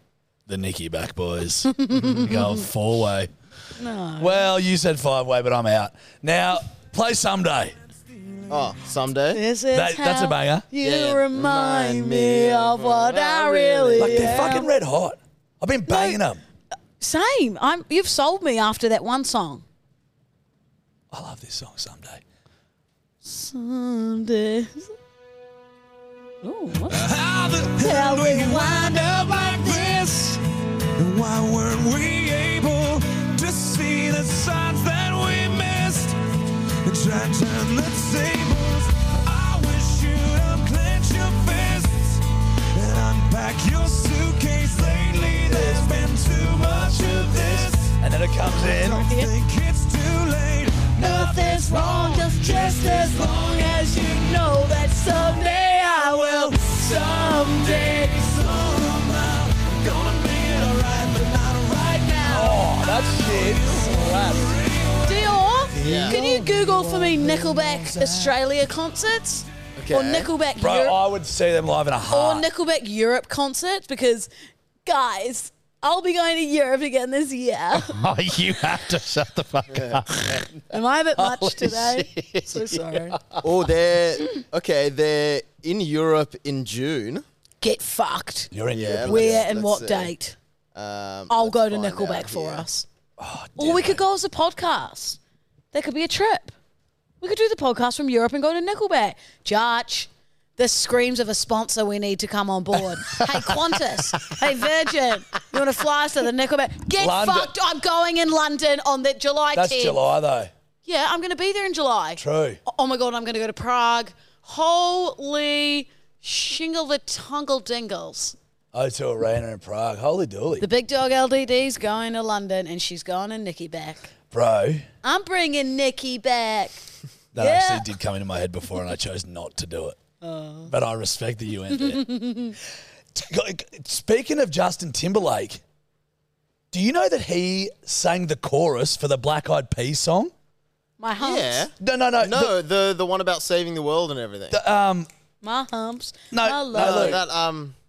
Speaker 3: the Nicky back boys. Go four way. Well, you said five way, but I'm out. Now play someday.
Speaker 4: Oh, someday.
Speaker 5: This is
Speaker 3: That- that's a
Speaker 5: how
Speaker 3: banger.
Speaker 5: You
Speaker 4: Yeah.
Speaker 5: remind me of what I really
Speaker 3: Like they're
Speaker 5: am.
Speaker 3: fucking red hot. I've been banging them.
Speaker 5: Same. I'm. You've sold me after that one song.
Speaker 3: I love this song someday.
Speaker 5: Someday. Ooh, what?
Speaker 7: How the hell do we wind up like this? And why weren't we able to see the signs that we missed? And try to turn the tables. I wish you'd unclench your fists and unpack your suitcase. Lately, there's been too much of this.
Speaker 3: And then it comes in.
Speaker 7: Think it's too late. Nothing's wrong, just, just as long as you know that someday I will. Someday, somehow, gonna be alright, but not right now.
Speaker 3: Oh, that shit slaps.
Speaker 5: Dior. Can you Google for me Nickelback Australia concerts or
Speaker 4: Okay.
Speaker 5: Nickelback
Speaker 3: Bro, uh,
Speaker 5: Europe?
Speaker 3: I would see them live in a
Speaker 5: or
Speaker 3: heart.
Speaker 5: Nickelback Europe concert because, guys, I'll be going to Europe again this year.
Speaker 3: Oh, you have to shut the fuck up.
Speaker 5: Am I a bit much today? So sorry.
Speaker 4: Oh, they're okay. They're in Europe in June.
Speaker 5: Get fucked.
Speaker 3: You're in
Speaker 4: Yeah.
Speaker 3: Europe.
Speaker 5: Where
Speaker 4: let's-
Speaker 5: and
Speaker 4: let's
Speaker 5: what
Speaker 4: see.
Speaker 5: date?
Speaker 4: Um,
Speaker 5: I'll
Speaker 4: let's
Speaker 5: go to
Speaker 4: find
Speaker 5: Nickelback
Speaker 4: out
Speaker 5: for
Speaker 4: here.
Speaker 5: us. or we could go as a podcast. That could be a trip. We could do the podcast from Europe and go to Nickelback. Judge. The screams of a sponsor we need to come on board. hey, Qantas. hey, Virgin. You want to fly us to the Nickelback? Get
Speaker 3: London.
Speaker 5: fucked. I'm going in London on the July
Speaker 3: That's
Speaker 5: 10th.
Speaker 3: July though.
Speaker 5: Yeah, I'm going to be there in July.
Speaker 3: True.
Speaker 5: Oh my god, I'm going to go to Prague. Holy shingle the tungle dingles.
Speaker 3: O2 Arena in Prague. Holy dooly.
Speaker 5: The big dog LDD's going to London and she's going to Nikki back.
Speaker 3: Bro,
Speaker 5: I'm bringing Nikki back.
Speaker 3: that
Speaker 5: Yeah.
Speaker 3: actually did come into my head before and I chose not to do it.
Speaker 5: Oh.
Speaker 3: But I respect that you went there. T- Speaking of Justin Timberlake, do you know that he sang the chorus for the Black Eyed Peas song?
Speaker 5: My humps.
Speaker 4: Yeah.
Speaker 3: No, no, no.
Speaker 4: No, the the one about saving the world and everything.
Speaker 3: the- um,
Speaker 5: My humps.
Speaker 3: No,
Speaker 5: my
Speaker 3: no,
Speaker 4: No,
Speaker 3: look.
Speaker 5: love.
Speaker 4: that um.
Speaker 5: Uh,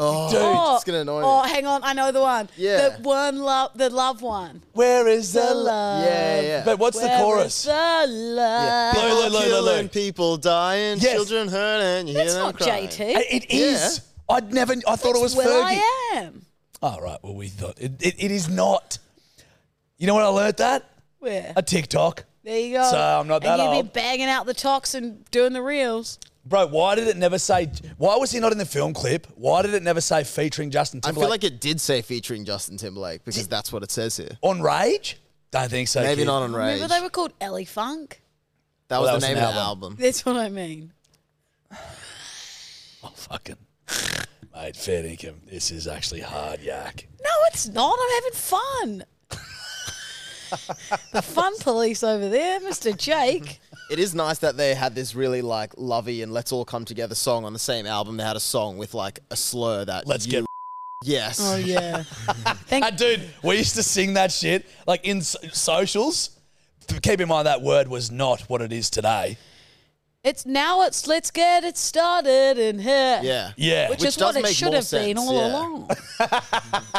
Speaker 4: Oh,
Speaker 3: Dude.
Speaker 4: it's gonna annoy me.
Speaker 5: Oh, hang on. I know the one.
Speaker 4: Yeah.
Speaker 5: The one love, the love one.
Speaker 3: where is the
Speaker 5: The
Speaker 3: love?
Speaker 5: love.
Speaker 4: yeah, yeah.
Speaker 3: But what's
Speaker 5: Where
Speaker 3: the
Speaker 5: is
Speaker 3: chorus?
Speaker 5: The love.
Speaker 3: Low, low,
Speaker 4: people
Speaker 3: low, low,
Speaker 4: killing,
Speaker 3: low.
Speaker 4: people dying,
Speaker 3: Yes.
Speaker 4: children hurting. You
Speaker 5: That's
Speaker 4: hear them
Speaker 5: not
Speaker 4: crying.
Speaker 5: JT.
Speaker 3: I- Uh, It is. I'd never. I thought it was
Speaker 5: Well,
Speaker 3: Fergie.
Speaker 5: I am.
Speaker 3: oh, right. Well, we thought it, it, it is not. You know what I learnt that
Speaker 5: Where?
Speaker 3: a TikTok,
Speaker 5: There you go.
Speaker 3: So I'm not that
Speaker 5: and you'd
Speaker 3: old.
Speaker 5: be banging out the talks and doing the reels.
Speaker 3: bro. Why did it never say? Why was he not in the film clip? Why did it never say featuring Justin
Speaker 4: I
Speaker 3: Timberlake
Speaker 4: feel like it did say featuring Justin Timberlake because that's what it says here.
Speaker 3: on Rage? Don't think so.
Speaker 4: Maybe
Speaker 3: kid.
Speaker 4: not on Rage.
Speaker 5: Remember they were called Ellie Funk?
Speaker 4: that was
Speaker 3: Well,
Speaker 4: the
Speaker 3: that was
Speaker 4: name
Speaker 3: an
Speaker 4: of the
Speaker 3: album.
Speaker 4: album.
Speaker 5: That's what I mean.
Speaker 3: Oh, fucking. Mate, fair income. This is actually hard yak.
Speaker 5: No, it's not. I'm having fun. the fun police over there, Mr. Jake.
Speaker 4: It is nice that they had this really like lovey and let's all come together song on the same album. They had a song with like a slur that
Speaker 3: Let's
Speaker 4: you-
Speaker 3: get
Speaker 4: yes.
Speaker 5: Oh yeah. Thank
Speaker 3: Ah, dude, we used to sing that shit like in so- socials. Keep in mind that word was not what it is today.
Speaker 5: It's now it's let's get it started in here.
Speaker 4: Yeah.
Speaker 3: Yeah.
Speaker 5: Which,
Speaker 4: Which
Speaker 5: is what
Speaker 4: does
Speaker 5: it
Speaker 4: make
Speaker 5: should
Speaker 4: more
Speaker 5: have been
Speaker 4: sense,
Speaker 5: all
Speaker 4: yeah.
Speaker 5: along.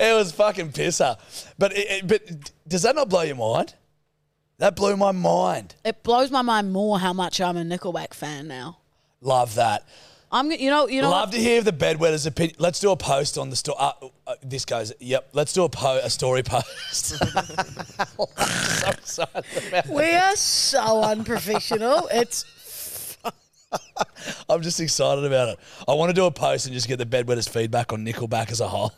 Speaker 3: It was fucking pisser. But it, it- but does that not blow your mind? That blew my mind.
Speaker 5: It blows my mind more how much I'm a Nickelback fan now.
Speaker 3: Love that.
Speaker 5: I'm you know you know
Speaker 3: Love
Speaker 5: what?
Speaker 3: to hear the bedwetters' opinion. Let's do a post on the story. Uh, uh, this goes. Yep. Let's do a po- a story post. I'm so sorry.
Speaker 5: we are so unprofessional. It's
Speaker 3: I'm just excited about it. I want to do a post and just get the bedwetters' feedback on Nickelback as a whole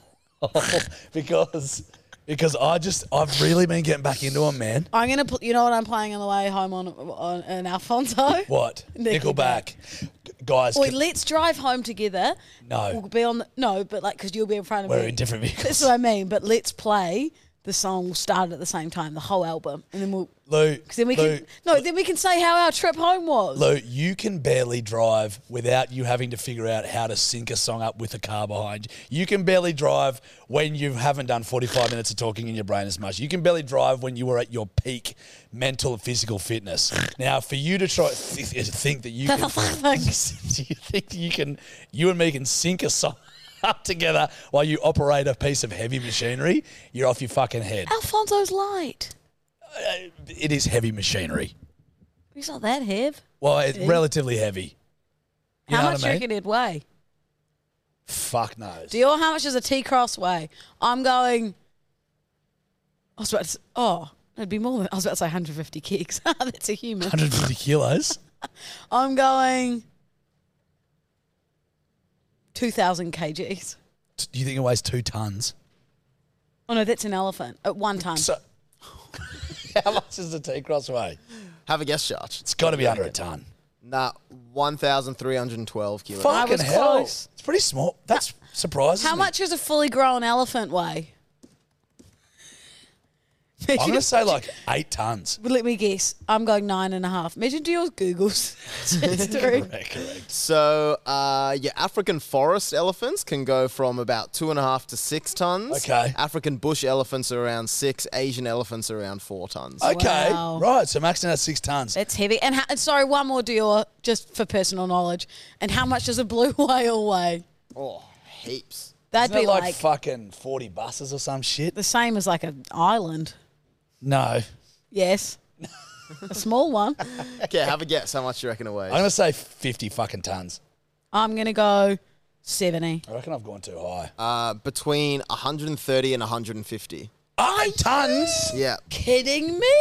Speaker 3: because because I just I've really been getting back into them, man.
Speaker 5: I'm gonna. Pl- you know what I'm playing on the way home on on an Alfonso.
Speaker 3: What Nickelback,
Speaker 5: Nickelback.
Speaker 3: G- guys?
Speaker 5: Oi,
Speaker 3: can-
Speaker 5: let's drive home together.
Speaker 3: No.
Speaker 5: we'll be on. The, no, but like, because you'll be in front of
Speaker 3: We're
Speaker 5: me.
Speaker 3: in different vehicles.
Speaker 5: That's what I mean. But let's play the song. We'll start it at the same time, the whole album, and then we'll.
Speaker 3: Lou,
Speaker 5: Because then we
Speaker 3: Lou,
Speaker 5: can. No, then we can say how our trip home was.
Speaker 3: Lou, you can barely drive without you having to figure out how to sync a song up with a car behind you. You can barely drive when you haven't done 45 minutes of talking in your brain as much. You can barely drive when you were at your peak mental and physical fitness. Now, for you to try th- th- think that you can, do you think you can, you and me can sync a song up together while you operate a piece of heavy machinery? You're off your fucking head.
Speaker 5: Oh.
Speaker 3: Uh,
Speaker 5: Alfonso's light.
Speaker 3: It is heavy machinery.
Speaker 5: He's not that heavy.
Speaker 3: Well, it's relatively heavy. You know
Speaker 5: how
Speaker 3: what
Speaker 5: much
Speaker 3: I
Speaker 5: do you
Speaker 3: mean?
Speaker 5: reckon it weigh?
Speaker 3: Fuck knows.
Speaker 5: Do you know how much does a T cross weigh? I'm going. I was about to. s- Oh, it'd be more than. I was about to say 150 gigs. That's a human.
Speaker 3: 150 kilos.
Speaker 5: I'm going 2,000 kgs.
Speaker 3: T- Do you think it weighs two tons?
Speaker 5: Oh no, that's an elephant at one time.
Speaker 3: So, how much does the T cross weigh?
Speaker 4: Have a guess, Charge.
Speaker 3: It's got to be under a ton.
Speaker 4: Nah, 1,312 kilos.
Speaker 5: I was close.
Speaker 3: It's pretty small. That's surprising.
Speaker 5: How much does a fully grown elephant weigh?
Speaker 3: I'm going to say like eight tons.
Speaker 5: Let me guess. I'm going nine and a half. Imagine do your Googles. It's true.
Speaker 3: Correct, correct.
Speaker 4: So, uh, your African forest elephants can go from about two and a half to six tons.
Speaker 3: Okay.
Speaker 4: African bush elephants are around six. Asian elephants are around four tons.
Speaker 3: Okay,
Speaker 5: Wow.
Speaker 3: right. So maxing out six tons.
Speaker 5: That's heavy. And, how, and sorry, one more Dior, just for personal knowledge. And how much does a blue whale weigh?
Speaker 4: Oh, heaps.
Speaker 5: That'd
Speaker 3: Isn't it
Speaker 5: be
Speaker 3: like,
Speaker 5: like,
Speaker 3: fucking 40 buses or some shit?
Speaker 5: the same as like an island.
Speaker 3: No.
Speaker 5: Yes, a small one.
Speaker 4: Okay, have a guess. How much do you reckon it weighs?
Speaker 3: I'm going to say 50 fucking tons.
Speaker 5: I'm gonna go seventy.
Speaker 3: I reckon I've gone too high.
Speaker 4: Uh, between 130 and 150.
Speaker 3: eight tons?
Speaker 4: Yeah.
Speaker 5: Kidding me?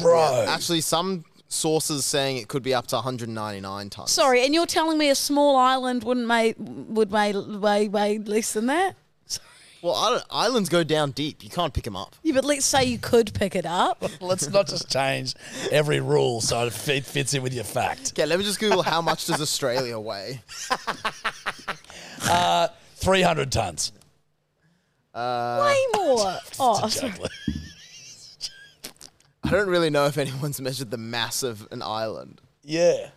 Speaker 3: Bro.
Speaker 4: Actually, some sources saying it could be up to 199 tons.
Speaker 5: Sorry, and you're telling me a small island wouldn't weigh would weigh way way less than that?
Speaker 4: Well, I don't, islands go down deep. You can't pick them up.
Speaker 5: Yeah, but let's say you could pick it up.
Speaker 3: Let's not just change every rule so it fit- fits in with your fact.
Speaker 4: Okay, let me just Google how much does Australia weigh.
Speaker 3: 300 tons.
Speaker 5: way more. Oh, sorry.
Speaker 3: Chocolate.
Speaker 4: I don't really know if anyone's measured the mass of an island.
Speaker 3: Yeah.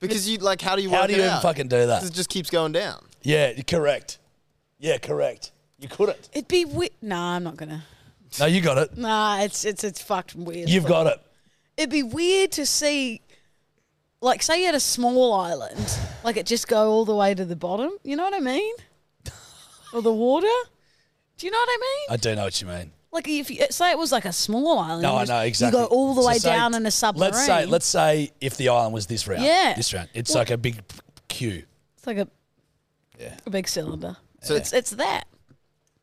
Speaker 4: Because you like, how do you
Speaker 3: How
Speaker 4: work
Speaker 3: do
Speaker 4: it
Speaker 3: you even
Speaker 4: out?
Speaker 3: fucking do
Speaker 4: It
Speaker 3: that?
Speaker 4: just keeps going down.
Speaker 3: Yeah, you're correct. Yeah, correct. You couldn't.
Speaker 5: it'd be weird. Nah, I'm not gonna.
Speaker 3: No, you got it.
Speaker 5: Nah, it's it's it's fucked weird.
Speaker 3: You've got it.
Speaker 5: It'd be weird to see, like, say you had a small island, like it just go all the way to the bottom. You know what I mean? Or the water. Do you know what I mean?
Speaker 3: I do know what you mean.
Speaker 5: Like if you say it was like a small island,
Speaker 3: No,
Speaker 5: you
Speaker 3: I
Speaker 5: just-
Speaker 3: know exactly.
Speaker 5: You go all the
Speaker 3: So
Speaker 5: way
Speaker 3: say-
Speaker 5: down in a submarine.
Speaker 3: Let's say, let's say, if the island was this round,
Speaker 5: Yeah.
Speaker 3: this round, it's
Speaker 5: Well-
Speaker 3: like a big queue.
Speaker 5: it's like a, a big cylinder. So it's it's that.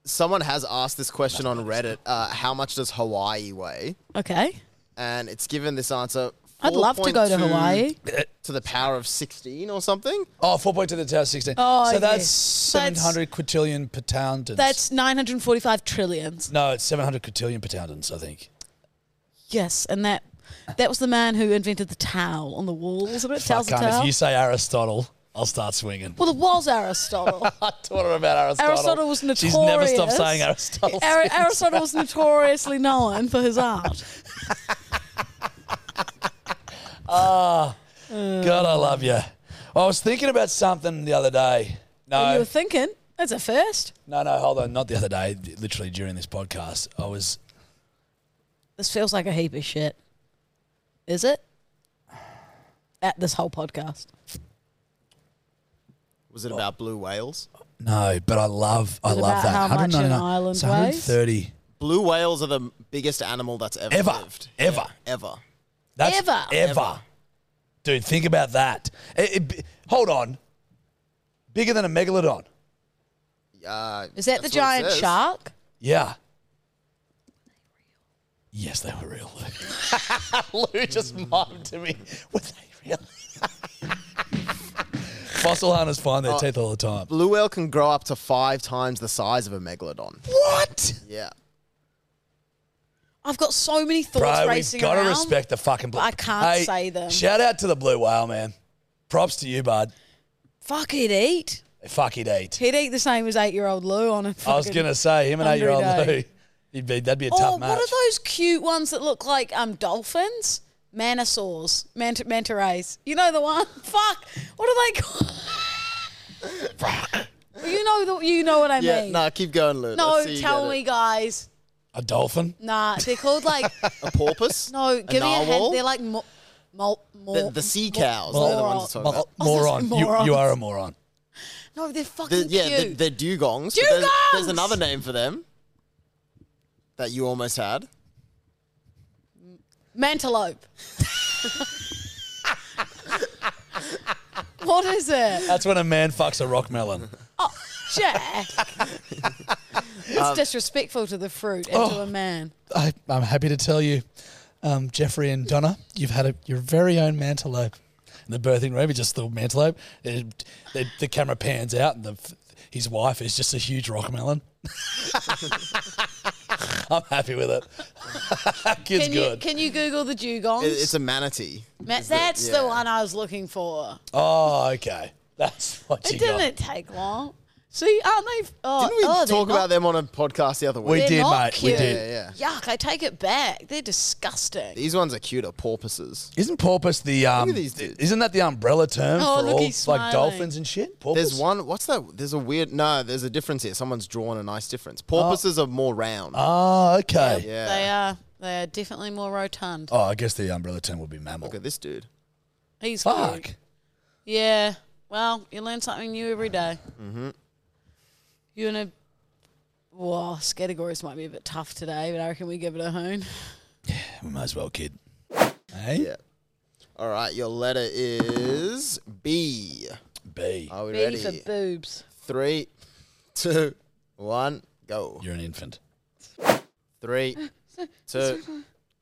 Speaker 4: Someone has asked this question on Reddit uh, how much does Hawaii weigh?
Speaker 5: Okay,
Speaker 4: And it's given this answer.
Speaker 5: I'd love to go to
Speaker 4: 4.2
Speaker 5: Hawaii.
Speaker 4: To the power of 16 or something?
Speaker 3: Oh, 4.2 to the tower, 16.
Speaker 5: Oh,
Speaker 3: so
Speaker 5: yeah.
Speaker 3: that's
Speaker 5: That's-
Speaker 3: 700 quintillion per pound.
Speaker 5: That's nine hundred forty-five trillions.
Speaker 3: No, it's 700 quintillion per poundance, I think.
Speaker 5: Yes, and that that was the man who invented the towel on the wall, wasn't it?
Speaker 3: Fuck,
Speaker 5: Towel's a
Speaker 3: cunt,
Speaker 5: towel.
Speaker 3: if you say Aristotle, I'll start swinging.
Speaker 5: well, it was Aristotle.
Speaker 3: I taught her about Aristotle.
Speaker 5: Aristotle was notorious.
Speaker 3: She's never stopped saying Aristotle.
Speaker 5: Ari- Aristotle was notoriously known for his art.
Speaker 3: God, I love you. I was thinking about something the other day.
Speaker 5: And you
Speaker 3: No,
Speaker 5: were thinking that's a first.
Speaker 3: no, no, hold on. Not the other day. Literally during this podcast, I was.
Speaker 5: This feels like a heap of shit. Is it? At this whole podcast.
Speaker 4: Was
Speaker 3: Oh.
Speaker 4: it about blue whales?
Speaker 3: No, but I love, I
Speaker 5: What
Speaker 3: love
Speaker 5: about
Speaker 3: that.
Speaker 5: how much an
Speaker 3: 199
Speaker 5: island
Speaker 3: it's 130
Speaker 4: Blue whales are the biggest animal that's ever,
Speaker 3: ever,
Speaker 4: lived.
Speaker 3: ever,
Speaker 4: Ever.
Speaker 3: That's
Speaker 5: Ever.
Speaker 3: ever. Dude, think about that. It- it- hold on. Bigger than a megalodon.
Speaker 4: Uh,
Speaker 5: Is that
Speaker 4: that's what it
Speaker 5: the giant
Speaker 4: says.
Speaker 5: shark?
Speaker 3: Yeah. Yes, they were real. Lou just mimed to me. Were they real? Fossil hunters find their teeth all the time.
Speaker 4: Blue whale can grow up to five times the size of a megalodon.
Speaker 3: What?
Speaker 4: Yeah.
Speaker 5: I've got so many thoughts
Speaker 3: Bro,
Speaker 5: racing
Speaker 3: we've got
Speaker 5: around.
Speaker 3: to respect the fucking blue.
Speaker 5: but I can't
Speaker 3: Hey,
Speaker 5: say them.
Speaker 3: Shout out to the blue whale, man. Props to you, bud.
Speaker 5: Fuck, he'd eat.
Speaker 3: Fuck it, eat.
Speaker 5: He'd eat the same as eight-year-old Lou on
Speaker 3: I
Speaker 5: a.
Speaker 3: was
Speaker 5: fucking-
Speaker 3: gonna say him and
Speaker 5: hungry
Speaker 3: eight-year-old
Speaker 5: day.
Speaker 3: Lou. He'd be, that'd be a
Speaker 5: Oh,
Speaker 3: tough match.
Speaker 5: what are those cute ones that look like um dolphins? Manosaurs, mant- manta rays. You know the one. Fuck. What are they called? Fuck. You know the, You know what I
Speaker 4: Yeah,
Speaker 5: mean.
Speaker 4: nah, keep going, Lou.
Speaker 5: No,
Speaker 4: Let's see you
Speaker 5: tell
Speaker 4: get
Speaker 5: me,
Speaker 4: it.
Speaker 5: guys.
Speaker 3: A dolphin?
Speaker 5: Nah, they're called like.
Speaker 4: A porpoise?
Speaker 5: no, give me a
Speaker 4: narwhal?
Speaker 5: hint. They're like. Mo- mo- mo-
Speaker 4: The, the sea cows. they're the
Speaker 5: moral.
Speaker 4: ones that's talking about.
Speaker 3: moron. You,
Speaker 5: morons.
Speaker 3: you are a moron.
Speaker 5: no, they're
Speaker 4: The,
Speaker 5: fucking
Speaker 4: yeah, the,
Speaker 5: cute.
Speaker 4: they're dugongs. but There's, there's
Speaker 5: Dugongs!
Speaker 4: another name for them that you almost had.
Speaker 5: Mantelope. what is it?
Speaker 3: That's when a man fucks a rock melon.
Speaker 5: Oh, Jack. It's
Speaker 4: Um,
Speaker 5: disrespectful to the fruit and
Speaker 4: oh,
Speaker 5: to a man.
Speaker 3: I, I'm happy to tell you, um, Jeffrey and Donna, you've had a, your very own mantelope. In the birthing room, it's just the mantelope. It- the- the camera pans out, and the, f- his wife is just a huge rock melon. I'm happy with it. Kid's
Speaker 5: Can you
Speaker 3: good.
Speaker 5: can you Google the dugongs?
Speaker 4: It, it's a manatee.
Speaker 5: Ma- that's the one I was looking for.
Speaker 3: oh, okay. That's what
Speaker 5: It
Speaker 3: you got.
Speaker 5: didn't take long. See, aren't they? Oh,
Speaker 4: Didn't we
Speaker 5: oh, they're
Speaker 4: talk
Speaker 5: not-
Speaker 4: about them on a podcast the other week?
Speaker 3: We
Speaker 5: They're
Speaker 3: did,
Speaker 5: not
Speaker 3: mate.
Speaker 5: Cute.
Speaker 3: We did.
Speaker 4: Yeah,
Speaker 5: Yuck! I take it back. They're disgusting.
Speaker 4: These ones are cuter, porpoises.
Speaker 3: Isn't porpoise the um?
Speaker 4: these dudes.
Speaker 3: Isn't that the umbrella term
Speaker 5: Oh,
Speaker 3: for
Speaker 5: look,
Speaker 3: all
Speaker 5: he's
Speaker 3: like
Speaker 5: smiling.
Speaker 3: dolphins and shit? Porpoise.
Speaker 4: There's one. What's that? There's a weird. No, there's a difference here. Someone's drawn a nice difference. Porpoises are more round.
Speaker 3: Oh, okay.
Speaker 4: yeah.
Speaker 5: They are. They are definitely more rotund.
Speaker 3: Oh, I guess the umbrella term would be mammal.
Speaker 4: Look at this dude.
Speaker 5: He's
Speaker 3: Fuck.
Speaker 5: cute. Yeah. Well, you learn something new every day. Mm-hmm. You and a well, categories might be a bit tough today, but I reckon we give it a hoon.
Speaker 3: We might as well, kid. Hey,
Speaker 4: Yeah. All right. Your letter is B.
Speaker 3: B.
Speaker 4: Are we
Speaker 5: B for
Speaker 4: ready?
Speaker 5: boobs.
Speaker 4: Three, two, one, go.
Speaker 3: You're an infant.
Speaker 4: Three, two,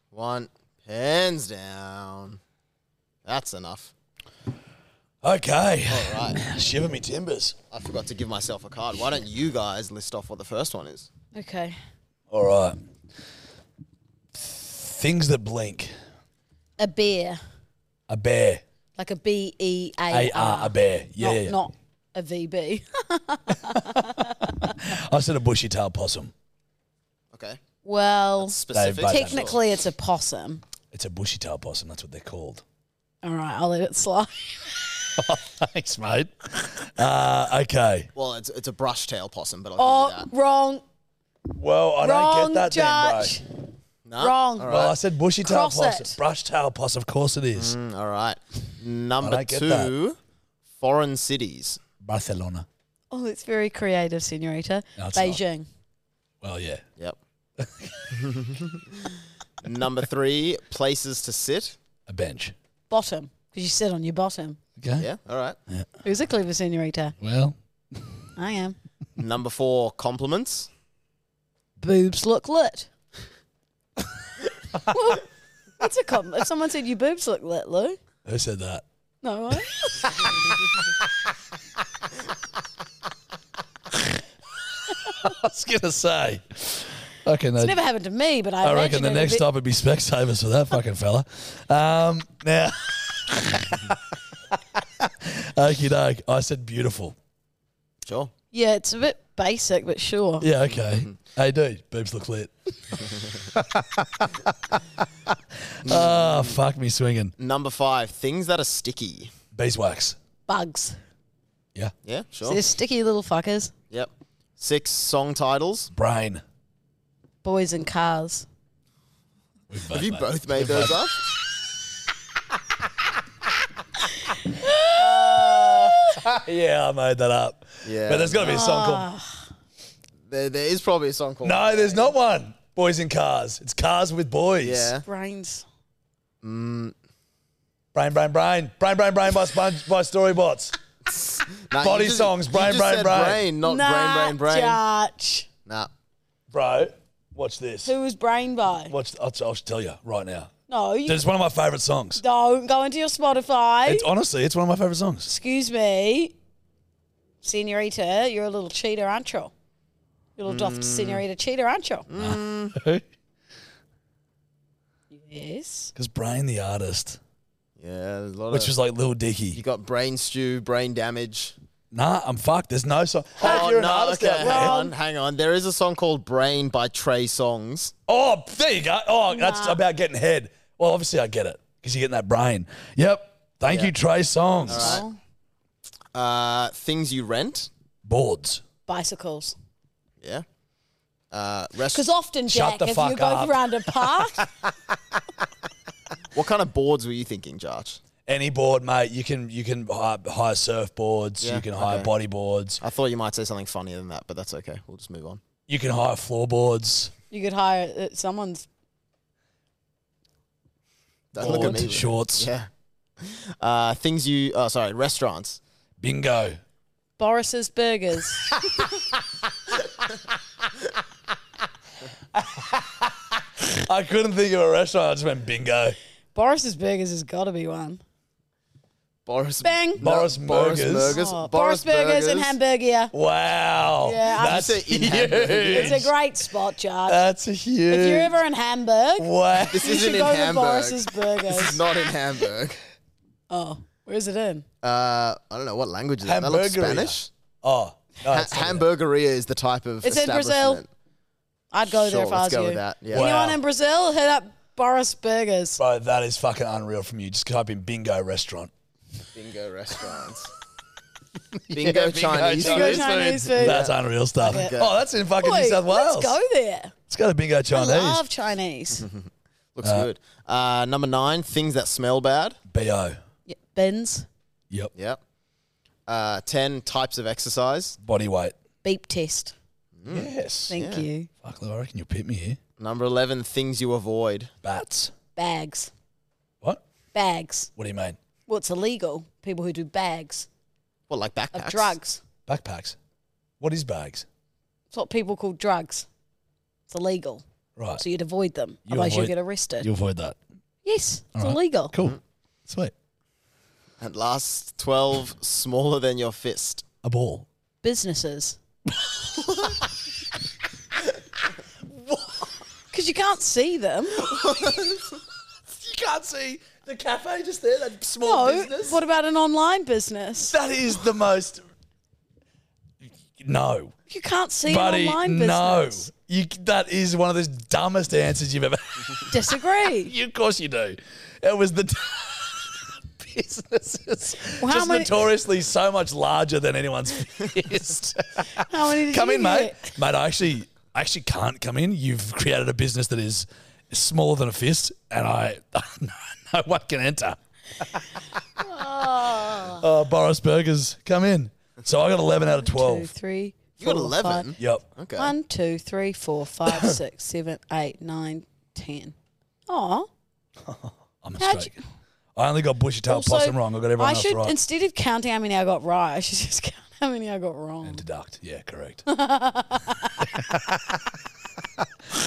Speaker 4: one. Hands down. That's enough.
Speaker 3: Okay.
Speaker 4: All right.
Speaker 3: Shiver me timbers.
Speaker 4: I forgot to give myself a card. Why don't you guys list off what the first one is?
Speaker 5: Okay.
Speaker 3: All right. Things that blink.
Speaker 5: A bear,
Speaker 3: A bear.
Speaker 5: like a B E
Speaker 3: A
Speaker 5: A
Speaker 3: R. A
Speaker 5: R.
Speaker 3: bear. Yeah.
Speaker 5: Not,
Speaker 3: yeah.
Speaker 5: not a V B.
Speaker 3: I said a bushy tailed possum.
Speaker 4: Okay.
Speaker 5: well,
Speaker 4: Specific.
Speaker 3: both have
Speaker 5: technically it's a possum.
Speaker 3: It's a bushy tailed possum. That's what they're called.
Speaker 5: All right, I'll let it slide.
Speaker 3: Thanks, mate. Uh, okay.
Speaker 4: Well, it's, it's a brush tail possum, but I'll give
Speaker 5: Oh,
Speaker 4: you that.
Speaker 5: wrong,
Speaker 3: Well, I
Speaker 5: wrong,
Speaker 3: don't get that
Speaker 5: judge.
Speaker 3: then,
Speaker 4: No?
Speaker 5: wrong.
Speaker 3: bro.
Speaker 4: All right.
Speaker 3: Well, I said bushy tailed
Speaker 5: Cross
Speaker 3: possum.
Speaker 5: it.
Speaker 3: Brush tailed possum. Of course it is.
Speaker 4: Mm, all right. Number
Speaker 3: don't get that.
Speaker 4: two, foreign cities.
Speaker 3: Barcelona.
Speaker 5: Oh, it's very creative, Senorita.
Speaker 3: No, it's not.
Speaker 5: Beijing.
Speaker 3: Well, yeah.
Speaker 4: Yep. Number three, places to sit.
Speaker 3: A bench.
Speaker 5: bottom because you sit on your bottom.
Speaker 3: Okay.
Speaker 4: Yeah, all right.
Speaker 5: Who's a clever senorita?
Speaker 3: Well,
Speaker 5: I am.
Speaker 4: Number four, compliments.
Speaker 5: Boobs look lit. well, that's a compliment. If someone said your boobs look lit, Lou.
Speaker 3: who said that?
Speaker 5: No, I-
Speaker 3: I was gonna say. Okay, no.
Speaker 5: it's never happened to me, but I,
Speaker 3: Uh, I
Speaker 5: imagine
Speaker 3: reckon the
Speaker 5: it would
Speaker 3: next
Speaker 5: be-
Speaker 3: stop would be Specsavers for that fucking fella. Um, now, okie doke. I said beautiful.
Speaker 4: Sure.
Speaker 5: Yeah, it's a bit basic, but sure.
Speaker 3: Yeah, okay. hey, dude, boobs look lit. Ah, fuck me swinging.
Speaker 4: Number five, things that are sticky.
Speaker 3: Beeswax.
Speaker 5: Bugs.
Speaker 3: Yeah.
Speaker 4: Yeah, sure.
Speaker 5: They're sticky little fuckers.
Speaker 4: Yep. Six, song titles.
Speaker 3: Brain.
Speaker 5: Boys and cars.
Speaker 3: We've
Speaker 4: Have you
Speaker 3: made-
Speaker 4: both made those up?
Speaker 3: Yeah, I made that up.
Speaker 4: Yeah.
Speaker 3: But there's got to be a song called.
Speaker 5: Ah.
Speaker 4: There, there is probably a song called.
Speaker 3: No, there's not one. Boys in cars. It's cars with boys.
Speaker 4: Yeah.
Speaker 5: Brains.
Speaker 3: Brain, brain, brain. Brain, brain, brain by, sponge, by Storybots.
Speaker 4: Nah, you
Speaker 3: Body
Speaker 4: just-
Speaker 3: songs, brain,
Speaker 4: you just
Speaker 3: brain,
Speaker 4: said
Speaker 3: brain.
Speaker 4: brain, not
Speaker 5: Nah,
Speaker 4: brain, brain, brain.
Speaker 5: judge.
Speaker 4: Nah.
Speaker 3: Bro, watch this.
Speaker 5: Who was brain by?
Speaker 3: Watch. I'll, I'll tell you right now.
Speaker 5: No, you
Speaker 3: It's one of my favorite songs.
Speaker 5: don't. Go into your Spotify.
Speaker 3: It's honestly, it's one of my favorite songs.
Speaker 5: Excuse me, Senorita, you're a little cheater,
Speaker 4: Mm.
Speaker 5: aren't you? You little doff Senorita cheater, aren't you?
Speaker 3: Who?
Speaker 5: Yes.
Speaker 3: Because Brain the Artist,
Speaker 4: Yeah, there's a lot
Speaker 3: which
Speaker 4: of.
Speaker 3: was like Lil
Speaker 4: you
Speaker 3: Dicky.
Speaker 4: got brain stew, brain damage.
Speaker 3: Nah, I'm fucked. There's no song. Hey, if
Speaker 4: oh
Speaker 3: you're an
Speaker 4: no!
Speaker 3: artist
Speaker 4: okay,
Speaker 3: out
Speaker 4: hang
Speaker 3: there-
Speaker 4: on, hang on. There is a song called "Brain" by Trey Songs.
Speaker 3: Oh, there you go. Oh, that's about getting head. Well, obviously I get it because you're getting that brain. Yep. Thank you, Trey Songs.
Speaker 5: Oh,
Speaker 4: Uh, "Things You Rent."
Speaker 3: Boards.
Speaker 5: bicycles.
Speaker 4: Yeah. Uh, rest-
Speaker 5: Because often,
Speaker 3: Shut
Speaker 5: Jack,
Speaker 3: the
Speaker 5: if
Speaker 3: fuck
Speaker 5: you go
Speaker 3: up.
Speaker 5: around a park,
Speaker 4: what kind of boards were you thinking, Jarch?
Speaker 3: Any board, mate. You can you can hire, hire surfboards.
Speaker 4: Yeah,
Speaker 3: you can hire
Speaker 4: okay.
Speaker 3: body boards.
Speaker 4: I thought you might say something funnier than that, but that's okay. We'll just move on.
Speaker 3: You can hire floorboards.
Speaker 5: you could hire uh, someone's.
Speaker 4: Don't look at
Speaker 3: Boards,
Speaker 4: me.
Speaker 3: shorts.
Speaker 4: Yeah. Uh, things you. Oh, sorry. Restaurants.
Speaker 3: Bingo.
Speaker 5: Boris's Burgers.
Speaker 3: I couldn't think of a restaurant. I just went bingo.
Speaker 5: Boris's Burgers has got to be one.
Speaker 4: Boris.
Speaker 5: Bang.
Speaker 3: Boris
Speaker 4: Boris
Speaker 3: Burgers.
Speaker 4: Burgers.
Speaker 5: Oh, Boris
Speaker 4: Boris
Speaker 5: Burgers and Hamburgia.
Speaker 3: Wow.
Speaker 5: Yeah, I-
Speaker 3: that's
Speaker 4: Did you say
Speaker 3: huge.
Speaker 4: in Hamburg?
Speaker 5: It's a great spot, Jarge.
Speaker 3: That's a huge.
Speaker 5: if you're ever in Hamburg,
Speaker 3: wow.
Speaker 4: This
Speaker 5: you
Speaker 4: Uh, isn't
Speaker 5: should
Speaker 4: in
Speaker 5: go to
Speaker 4: Hamburg.
Speaker 5: Boris's
Speaker 4: This is
Speaker 5: Burgers.
Speaker 4: not in Hamburg.
Speaker 5: oh, where is it in?
Speaker 4: Uh, I don't know what language is that. That looks
Speaker 3: Hamburgeria.
Speaker 4: Spanish.
Speaker 3: Oh, no,
Speaker 4: Ha-
Speaker 3: it's not that.
Speaker 4: hamburgeria is the type of.
Speaker 5: It's in Brazil.
Speaker 4: establishment.
Speaker 5: I'd go
Speaker 4: Sure,
Speaker 5: there if I
Speaker 4: let's
Speaker 5: was
Speaker 4: go
Speaker 5: you.
Speaker 4: with that, yeah.
Speaker 5: Anyone
Speaker 3: Wow.
Speaker 5: in Brazil, hit up Boris Burgers.
Speaker 3: Bro, that is fucking unreal from you. Just type in bingo restaurant.
Speaker 4: Bingo restaurants. bingo, Chinese.
Speaker 5: Bingo
Speaker 4: food.
Speaker 5: Chinese food.
Speaker 3: That's unreal stuff.
Speaker 5: Okay.
Speaker 3: Oh, that's in fucking
Speaker 5: Oi,
Speaker 3: New South Wales.
Speaker 5: Let's go there.
Speaker 3: Let's go to bingo Chinese. Mm-hmm.
Speaker 5: I love Chinese.
Speaker 4: Looks good. Uh, number nine, things that smell bad.
Speaker 3: Bo.
Speaker 5: yeah, bins,
Speaker 3: Yep.
Speaker 4: Yep. Uh, ten types of exercise.
Speaker 3: Body weight.
Speaker 5: beep test.
Speaker 4: Mm.
Speaker 3: Yes.
Speaker 5: Thank you.
Speaker 3: Fuck, Lou, I reckon you'll pit me here.
Speaker 4: Number eleven, things you avoid.
Speaker 3: Bats.
Speaker 5: Bags.
Speaker 3: What?
Speaker 5: Bags.
Speaker 3: What do you mean?
Speaker 5: Well, it's illegal. People who do bags
Speaker 4: What like
Speaker 5: of
Speaker 4: backpacks?
Speaker 5: drugs.
Speaker 3: Backpacks. What is bags?
Speaker 5: It's what people call drugs. It's illegal.
Speaker 3: Right.
Speaker 5: So you'd avoid them.
Speaker 3: You
Speaker 5: Otherwise, you'll
Speaker 3: avoid-
Speaker 5: get arrested.
Speaker 3: You avoid that.
Speaker 5: Yes, it's
Speaker 3: All right.
Speaker 5: illegal.
Speaker 3: Cool. Sweet.
Speaker 4: And last twelve, smaller than your fist.
Speaker 3: A ball.
Speaker 5: Businesses. Because you can't see them.
Speaker 3: You can't see the cafe just there, that small
Speaker 5: No. What about an online business?
Speaker 3: That is the most. No.
Speaker 5: You can't see
Speaker 3: Buddy,
Speaker 5: an online
Speaker 3: no.
Speaker 5: business.
Speaker 3: You, that is one of the dumbest answers you've ever
Speaker 5: Disagree.
Speaker 3: You, of course you do. It was the businesses
Speaker 5: Well, how
Speaker 3: just
Speaker 5: many-
Speaker 3: notoriously so much larger than anyone's fist.
Speaker 5: How many did
Speaker 3: come
Speaker 5: you
Speaker 3: in, mate.
Speaker 5: get?
Speaker 3: Mate, I actually, I actually can't come in. You've created a business that is smaller than a fist, and I no, no one can enter. oh. Boris Burgers, come in. So I got eleven out of
Speaker 5: Two,
Speaker 3: twelve.
Speaker 5: three.
Speaker 4: You got
Speaker 5: four,
Speaker 4: eleven.
Speaker 5: five.
Speaker 3: Yep.
Speaker 4: Okay.
Speaker 5: One, two, three, four, five, six, seven, eight, nine, ten. Oh,
Speaker 3: I'm a
Speaker 5: How'd
Speaker 3: straight. I only got bushy tail possum wrong. I got everyone
Speaker 5: I
Speaker 3: else
Speaker 5: should
Speaker 3: right.
Speaker 5: instead of counting how many I got right, I should just count how many I got
Speaker 3: and
Speaker 5: wrong.
Speaker 3: deduct. Yeah, correct.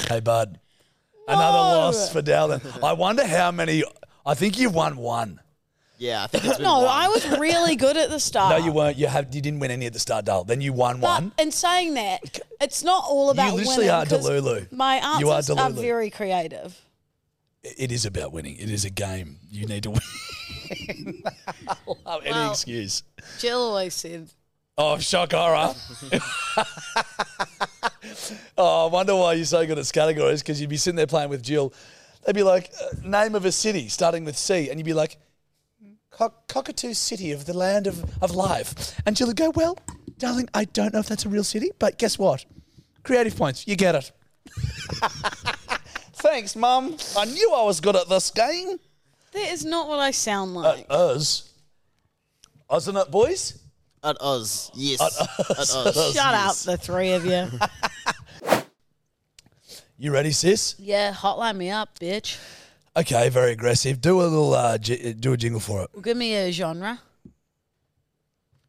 Speaker 3: hey, bud. Another loss for Dowden. I wonder how many. I think you've won one.
Speaker 4: Yeah, I think it's been
Speaker 5: No,
Speaker 4: one.
Speaker 5: I was really good at the
Speaker 3: No,
Speaker 5: start.
Speaker 3: you weren't. You have. You didn't win any at the start, Dale. Then you won
Speaker 5: But
Speaker 3: one.
Speaker 5: in saying that, it's not all about
Speaker 3: You literally
Speaker 5: winning,
Speaker 3: are
Speaker 5: 'cause
Speaker 3: Delulu.
Speaker 5: My
Speaker 3: You are
Speaker 5: answers are,
Speaker 3: Delulu.
Speaker 5: very creative.
Speaker 3: It is about winning. It is a game. You need to win. I love any
Speaker 5: Well-
Speaker 3: excuse.
Speaker 5: Jill always said,
Speaker 3: Oh, shock horror. oh, I wonder why you're so good at categories because you'd be sitting there playing with Jill. They'd be like, uh, name of a city starting with C, and you'd be like, Cock- Cockatoo City of the land of, of life. And Jill would go, well, darling, I don't know if that's a real city, but guess what? Creative points. You get it. Thanks, Mum. I knew I was good at this game.
Speaker 5: "That is not what I sound
Speaker 3: At
Speaker 5: like."
Speaker 3: us. Isn't it, boys?
Speaker 4: At us. Yes. At us.
Speaker 3: uh,
Speaker 5: Shut up, the three of you.
Speaker 3: You ready, sis?
Speaker 5: yeah, hotline me up, bitch.
Speaker 3: Okay, very aggressive. Do a little, uh, j- do a jingle for it.
Speaker 5: Well, give me a genre.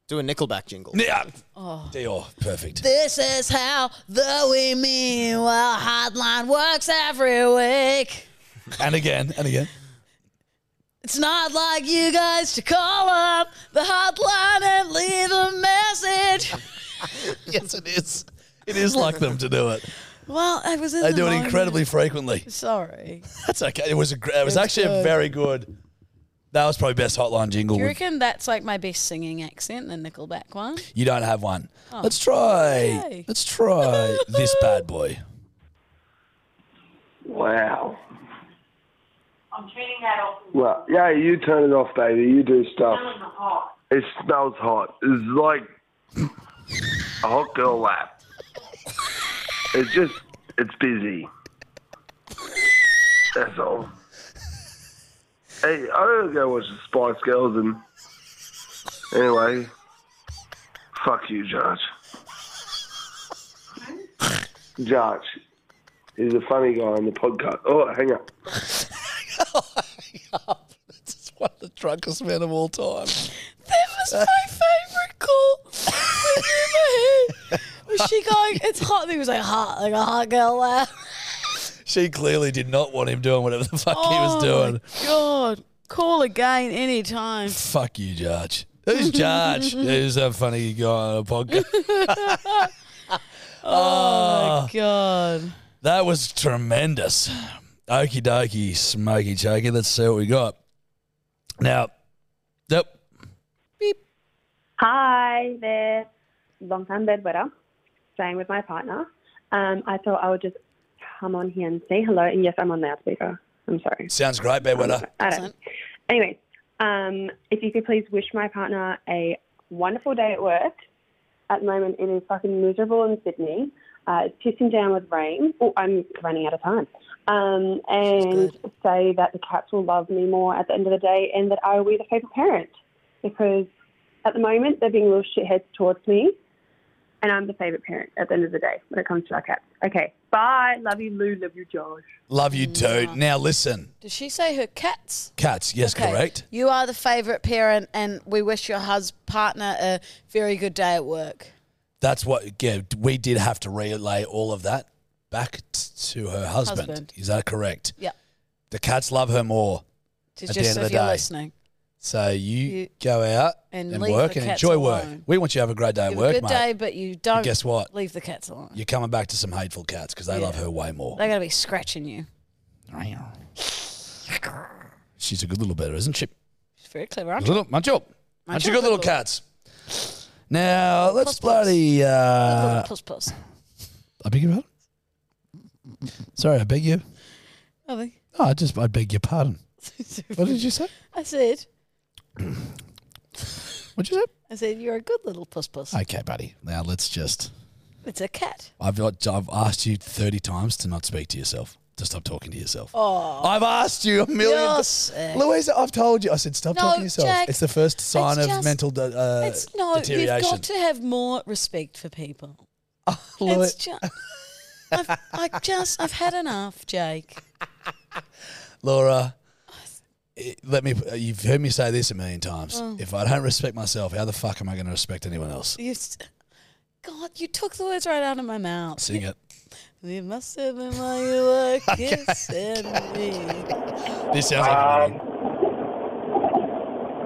Speaker 4: Do a Nickelback jingle.
Speaker 3: Yeah.
Speaker 5: Oh.
Speaker 3: Dior, perfect.
Speaker 5: This is how the We Mean Well hotline works every week.
Speaker 3: And again, and again.
Speaker 5: It's not like you guys to call up the hotline and leave a message.
Speaker 3: yes, it is. It is like them to do it.
Speaker 5: Well, I was in
Speaker 3: They
Speaker 5: the
Speaker 3: do it
Speaker 5: moment.
Speaker 3: incredibly frequently.
Speaker 5: Sorally.
Speaker 3: That's okay. It was a. gr- It was
Speaker 5: It's
Speaker 3: actually a
Speaker 5: good.
Speaker 3: very good. That was probably best hotline jingle.
Speaker 5: Do you
Speaker 3: we've-
Speaker 5: reckon that's like my best singing accent, the Nickelback one?
Speaker 3: You don't have one. Let's try.
Speaker 5: Oh. Okay.
Speaker 3: Let's try this bad boy.
Speaker 8: Wow.
Speaker 9: I'm turning that off.
Speaker 8: Well, yeah, you turn it off, baby. You do stuff.
Speaker 9: Smelling the hot.
Speaker 8: It smells hot. It's like a hot girl lap. It's just, it's busy. That's all. Hey, I don't go watch the Spice Girls and. Anyway, fuck you, Judge.
Speaker 9: Hmm?
Speaker 8: Judge. He's a funny guy on the podcast. Oh, hang up.
Speaker 3: It's just one of the drunkest men of all time.
Speaker 5: That was my favourite call with Uma Head. Was she going, it's hot? And he was like, hot, like a hot girl laugh.
Speaker 3: She clearly did not want him doing whatever the fuck he was
Speaker 5: Oh.
Speaker 3: doing.
Speaker 5: God. Call again anytime.
Speaker 3: Fuck you, Judge. Who's Judge? Who's that funny guy on a podcast?
Speaker 5: Oh. God.
Speaker 3: That was tremendous. Okie dokie, smoky chokey. Let's see what we got. Now, yep.
Speaker 9: Hi there, long time bedwetter, staying with my partner. Um, I thought I would just come on here and say hello. And yes, I'm on loudspeaker. I'm sorry.
Speaker 3: Sounds great, bedwetter.
Speaker 9: I don't. Anyway, um, if you could please wish my partner a wonderful day at work. At the moment, it is fucking miserable in Sydney. Uh, it's pissing down with rain. Oh, I'm running out of time. Um, and say that the cats will love me more at the end of the day and that I will be the favourite parent because at the moment they're being little shitheads towards me and I'm the favourite parent at the end of the day when it comes to our cats. Okay, bye. Love you, Lou. Love you, Josh.
Speaker 3: Love you, dude. Now, listen.
Speaker 5: Did she say her cats?
Speaker 3: Cats, yes,
Speaker 5: Okay.
Speaker 3: correct.
Speaker 5: You are the favourite parent, and we wish your hus partner a very good day at work.
Speaker 3: That's what, yeah, we did have to relay all of that back t- to her husband.
Speaker 5: Husband.
Speaker 3: Is that correct?
Speaker 5: Yep.
Speaker 3: The cats love her more.
Speaker 5: To
Speaker 3: At the
Speaker 5: just
Speaker 3: end of
Speaker 5: if
Speaker 3: the
Speaker 5: you're
Speaker 3: day.
Speaker 5: listening.
Speaker 3: So you,
Speaker 5: You-
Speaker 3: go out and,
Speaker 5: and leave
Speaker 3: work
Speaker 5: the
Speaker 3: and
Speaker 5: cats
Speaker 3: enjoy work.
Speaker 5: alone.
Speaker 3: We want you to have a great day at
Speaker 5: You have
Speaker 3: work,
Speaker 5: a good
Speaker 3: mate.
Speaker 5: day, but you don't
Speaker 3: guess what?
Speaker 5: leave the cats alone.
Speaker 3: You're coming back to some hateful cats because they
Speaker 5: Yeah.
Speaker 3: love her way more.
Speaker 5: They're going to be scratching you.
Speaker 3: She's a good little better, isn't she?
Speaker 5: She's very clever, aren't you?
Speaker 3: Little, aren't you? Aren't you good little cats? Now let's
Speaker 5: Puss, puss.
Speaker 3: bloody. Uh,
Speaker 5: puss puss.
Speaker 3: I beg your pardon. Sorry, I beg you.
Speaker 5: Lovely.
Speaker 3: No, I just I beg your pardon. What did you say?
Speaker 5: I said,
Speaker 3: What did you
Speaker 5: I said, you're a good little puss puss.
Speaker 3: say? Okay, buddy. Now let's just.
Speaker 5: It's a cat.
Speaker 3: I've got, I've asked you thirty times to not speak to yourself. To stop talking to yourself. Oh, I've asked you a 1000000
Speaker 5: You're
Speaker 3: times.
Speaker 5: sick.
Speaker 3: Louisa, I've told you. I said stop
Speaker 5: No,
Speaker 3: talking to yourself.
Speaker 5: Jack,
Speaker 3: it's the first sign
Speaker 5: it's
Speaker 3: of
Speaker 5: just-
Speaker 3: mental de- uh,
Speaker 5: it's no, you've
Speaker 3: deterioration.
Speaker 5: got to have more respect for people.
Speaker 3: Lou-
Speaker 5: It's just, I've, I just, I've had enough, Jake.
Speaker 3: Laura, it- let me. uh, You've heard me say this a million times. If I don't respect myself, how the fuck am I going to respect anyone else?
Speaker 5: You, s- God, you took the words right out of my mouth.
Speaker 3: Sing it.
Speaker 5: It must have been why you were kissing me.
Speaker 3: This sounds like. a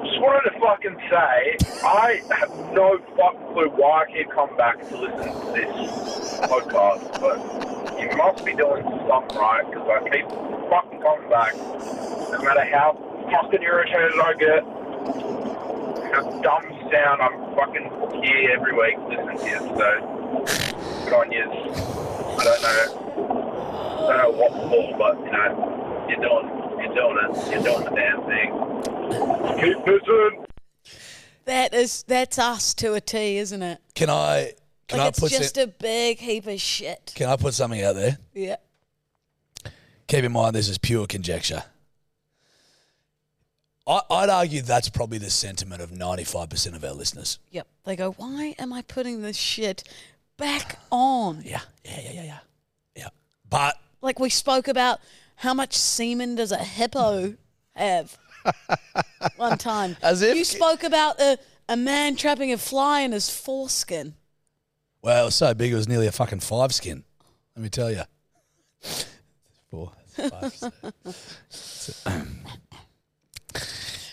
Speaker 8: just wanted to fucking say, I have no fucking clue why I keep coming back to listen to this podcast, but you must be doing something right because I keep fucking coming back, no matter how fucking irritated I get, how dumb sound I'm fucking here every week listening to you. So good on you. I don't know, I don't know what for, but you know, you're doing, you're doing it, you're doing the damn thing. Keep listening.
Speaker 5: That is, that's us to a T, isn't it?
Speaker 3: Can I? Can
Speaker 5: like
Speaker 3: I put?
Speaker 5: it's just
Speaker 3: some-
Speaker 5: a big heap of shit.
Speaker 3: can I put something out there?
Speaker 5: Yeah.
Speaker 3: Keep in mind, this is pure conjecture. I, I'd argue that's probably the sentiment of ninety-five percent of our listeners.
Speaker 5: Yep. They go, why am I putting this shit back on?
Speaker 3: Yeah, yeah, yeah, yeah, yeah, yeah. But
Speaker 5: Like we spoke about how much semen does a hippo have one time.
Speaker 3: As if-
Speaker 5: you spoke about a, a man trapping a fly in his foreskin.
Speaker 3: Well, it was so big it was nearly a fucking five skin. Let me tell you. Four. Five, six.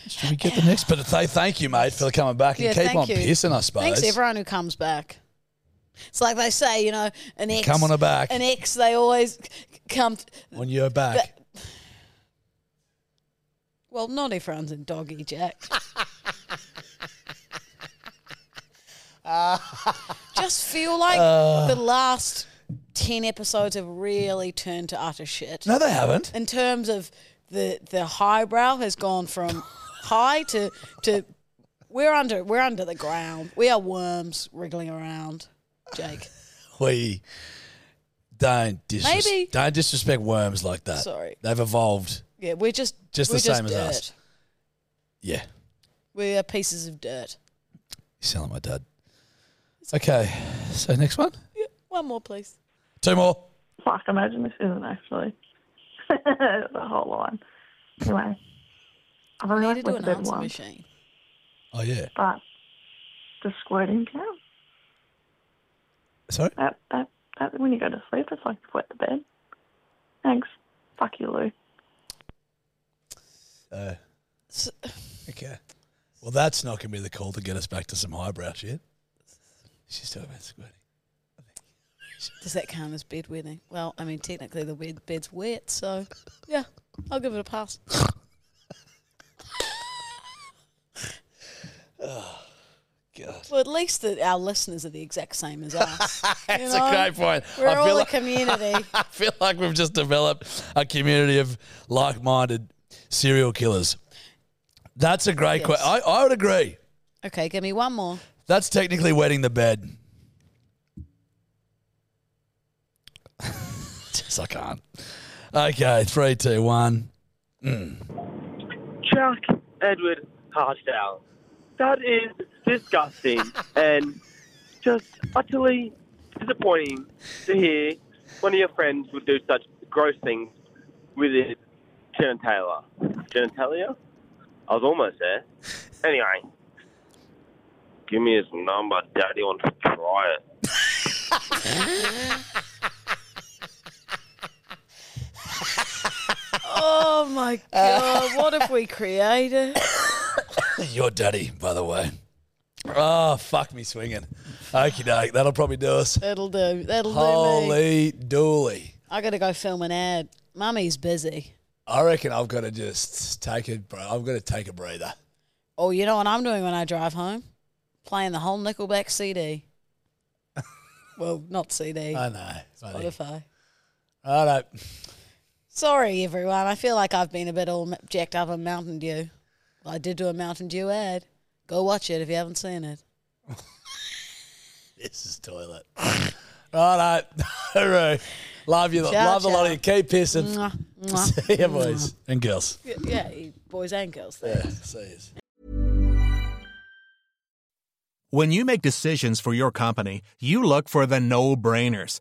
Speaker 3: Should we get the next? But th- thank you, mate, for coming back and
Speaker 5: Yeah,
Speaker 3: keep
Speaker 5: thank
Speaker 3: on
Speaker 5: you.
Speaker 3: pissing. I suppose.
Speaker 5: Thanks everyone who comes back. It's like they say, you know, an ex.
Speaker 3: come on her back.
Speaker 5: An ex, they always c- come.
Speaker 3: on your back.
Speaker 5: But- well, not everyone's in doggy, Jack. Just feel like
Speaker 3: Uh.
Speaker 5: the last 10 episodes have really turned to utter shit.
Speaker 3: no, they haven't.
Speaker 5: In terms of the the highbrow has gone from high to to we're under we're under the ground. We are worms wriggling around, Jake.
Speaker 3: We don't disres-
Speaker 5: Maybe.
Speaker 3: don't disrespect worms like that.
Speaker 5: Sorry.
Speaker 3: they've evolved.
Speaker 5: Yeah, we're just
Speaker 3: Just the
Speaker 5: we're
Speaker 3: same as
Speaker 5: dirt.
Speaker 3: us. Yeah,
Speaker 5: We are pieces of dirt.
Speaker 3: you sound like my dad. Okay, so next one,
Speaker 5: Yeah, one more, please.
Speaker 3: two more.
Speaker 10: Fuck, imagine this isn't actually the whole line. Anyway, I've
Speaker 5: I
Speaker 10: only
Speaker 5: need to do
Speaker 10: like
Speaker 5: an
Speaker 10: bed
Speaker 5: answer
Speaker 10: one,
Speaker 5: machine.
Speaker 3: Oh yeah,
Speaker 10: but the squirting count.
Speaker 3: sorry.
Speaker 10: That, that, that when you go to sleep, it's like wet the bed. Thanks. Fuck you, Lou.
Speaker 3: Uh,
Speaker 5: S-
Speaker 3: okay. Well, that's not going to be the call to get us back to some highbrow shit. She's talking about squirting.
Speaker 5: Does that count as bed wetting? Well, I mean, technically the bed bed's wet, so yeah, I'll give it a pass.
Speaker 3: God.
Speaker 5: Well, at least that our listeners are the exact same as us.
Speaker 3: That's
Speaker 5: know,
Speaker 3: a great point.
Speaker 5: We're
Speaker 3: I
Speaker 5: all
Speaker 3: feel,
Speaker 5: a
Speaker 3: like,
Speaker 5: community.
Speaker 3: I feel like we've just developed a community of like-minded serial killers. That's a great
Speaker 5: Yes.
Speaker 3: question. I, I would agree.
Speaker 5: okay, give me one more.
Speaker 3: That's technically wetting the bed. Jeez, I can't. Okay, three, two, one.
Speaker 8: Chuck Edward Hartdale. That is disgusting and just utterly disappointing to hear one of your friends would do such gross things with his genitalia. Genitalia? I was almost there. Anyway, give me his number. Daddy wants to try it.
Speaker 5: Oh my god, what have we created?
Speaker 3: Your daddy, by the way. Oh, fuck me swinging. Okie doke, that'll probably do us.
Speaker 5: That'll do. That'll do me.
Speaker 3: Holy dooly.
Speaker 5: I gotta go film an ad. Mummy's busy.
Speaker 3: I reckon I've got to just take a. br- I've got to take a breather.
Speaker 5: Oh, you know what I'm doing when I drive home? Playing the whole Nickelback CD. well, not CD.
Speaker 3: I know. buddy.
Speaker 5: Spotify.
Speaker 3: I know.
Speaker 5: Sorry, everyone. I feel like I've been a bit all m- jacked up on Mountain Dew. Well, I did do a Mountain Dew ad. Go watch it if you haven't seen it.
Speaker 3: This is toilet. Righto. Hooroo. Love you.
Speaker 5: Ciao,
Speaker 3: Love the lot of
Speaker 5: ciao.
Speaker 3: you. Keep pissing.
Speaker 5: Mwah, mwah.
Speaker 3: See you, boys and girls.
Speaker 5: Y- yeah, you boys and girls.
Speaker 3: Yeah. See you.
Speaker 2: When you make decisions for your company, you look for the no brainers.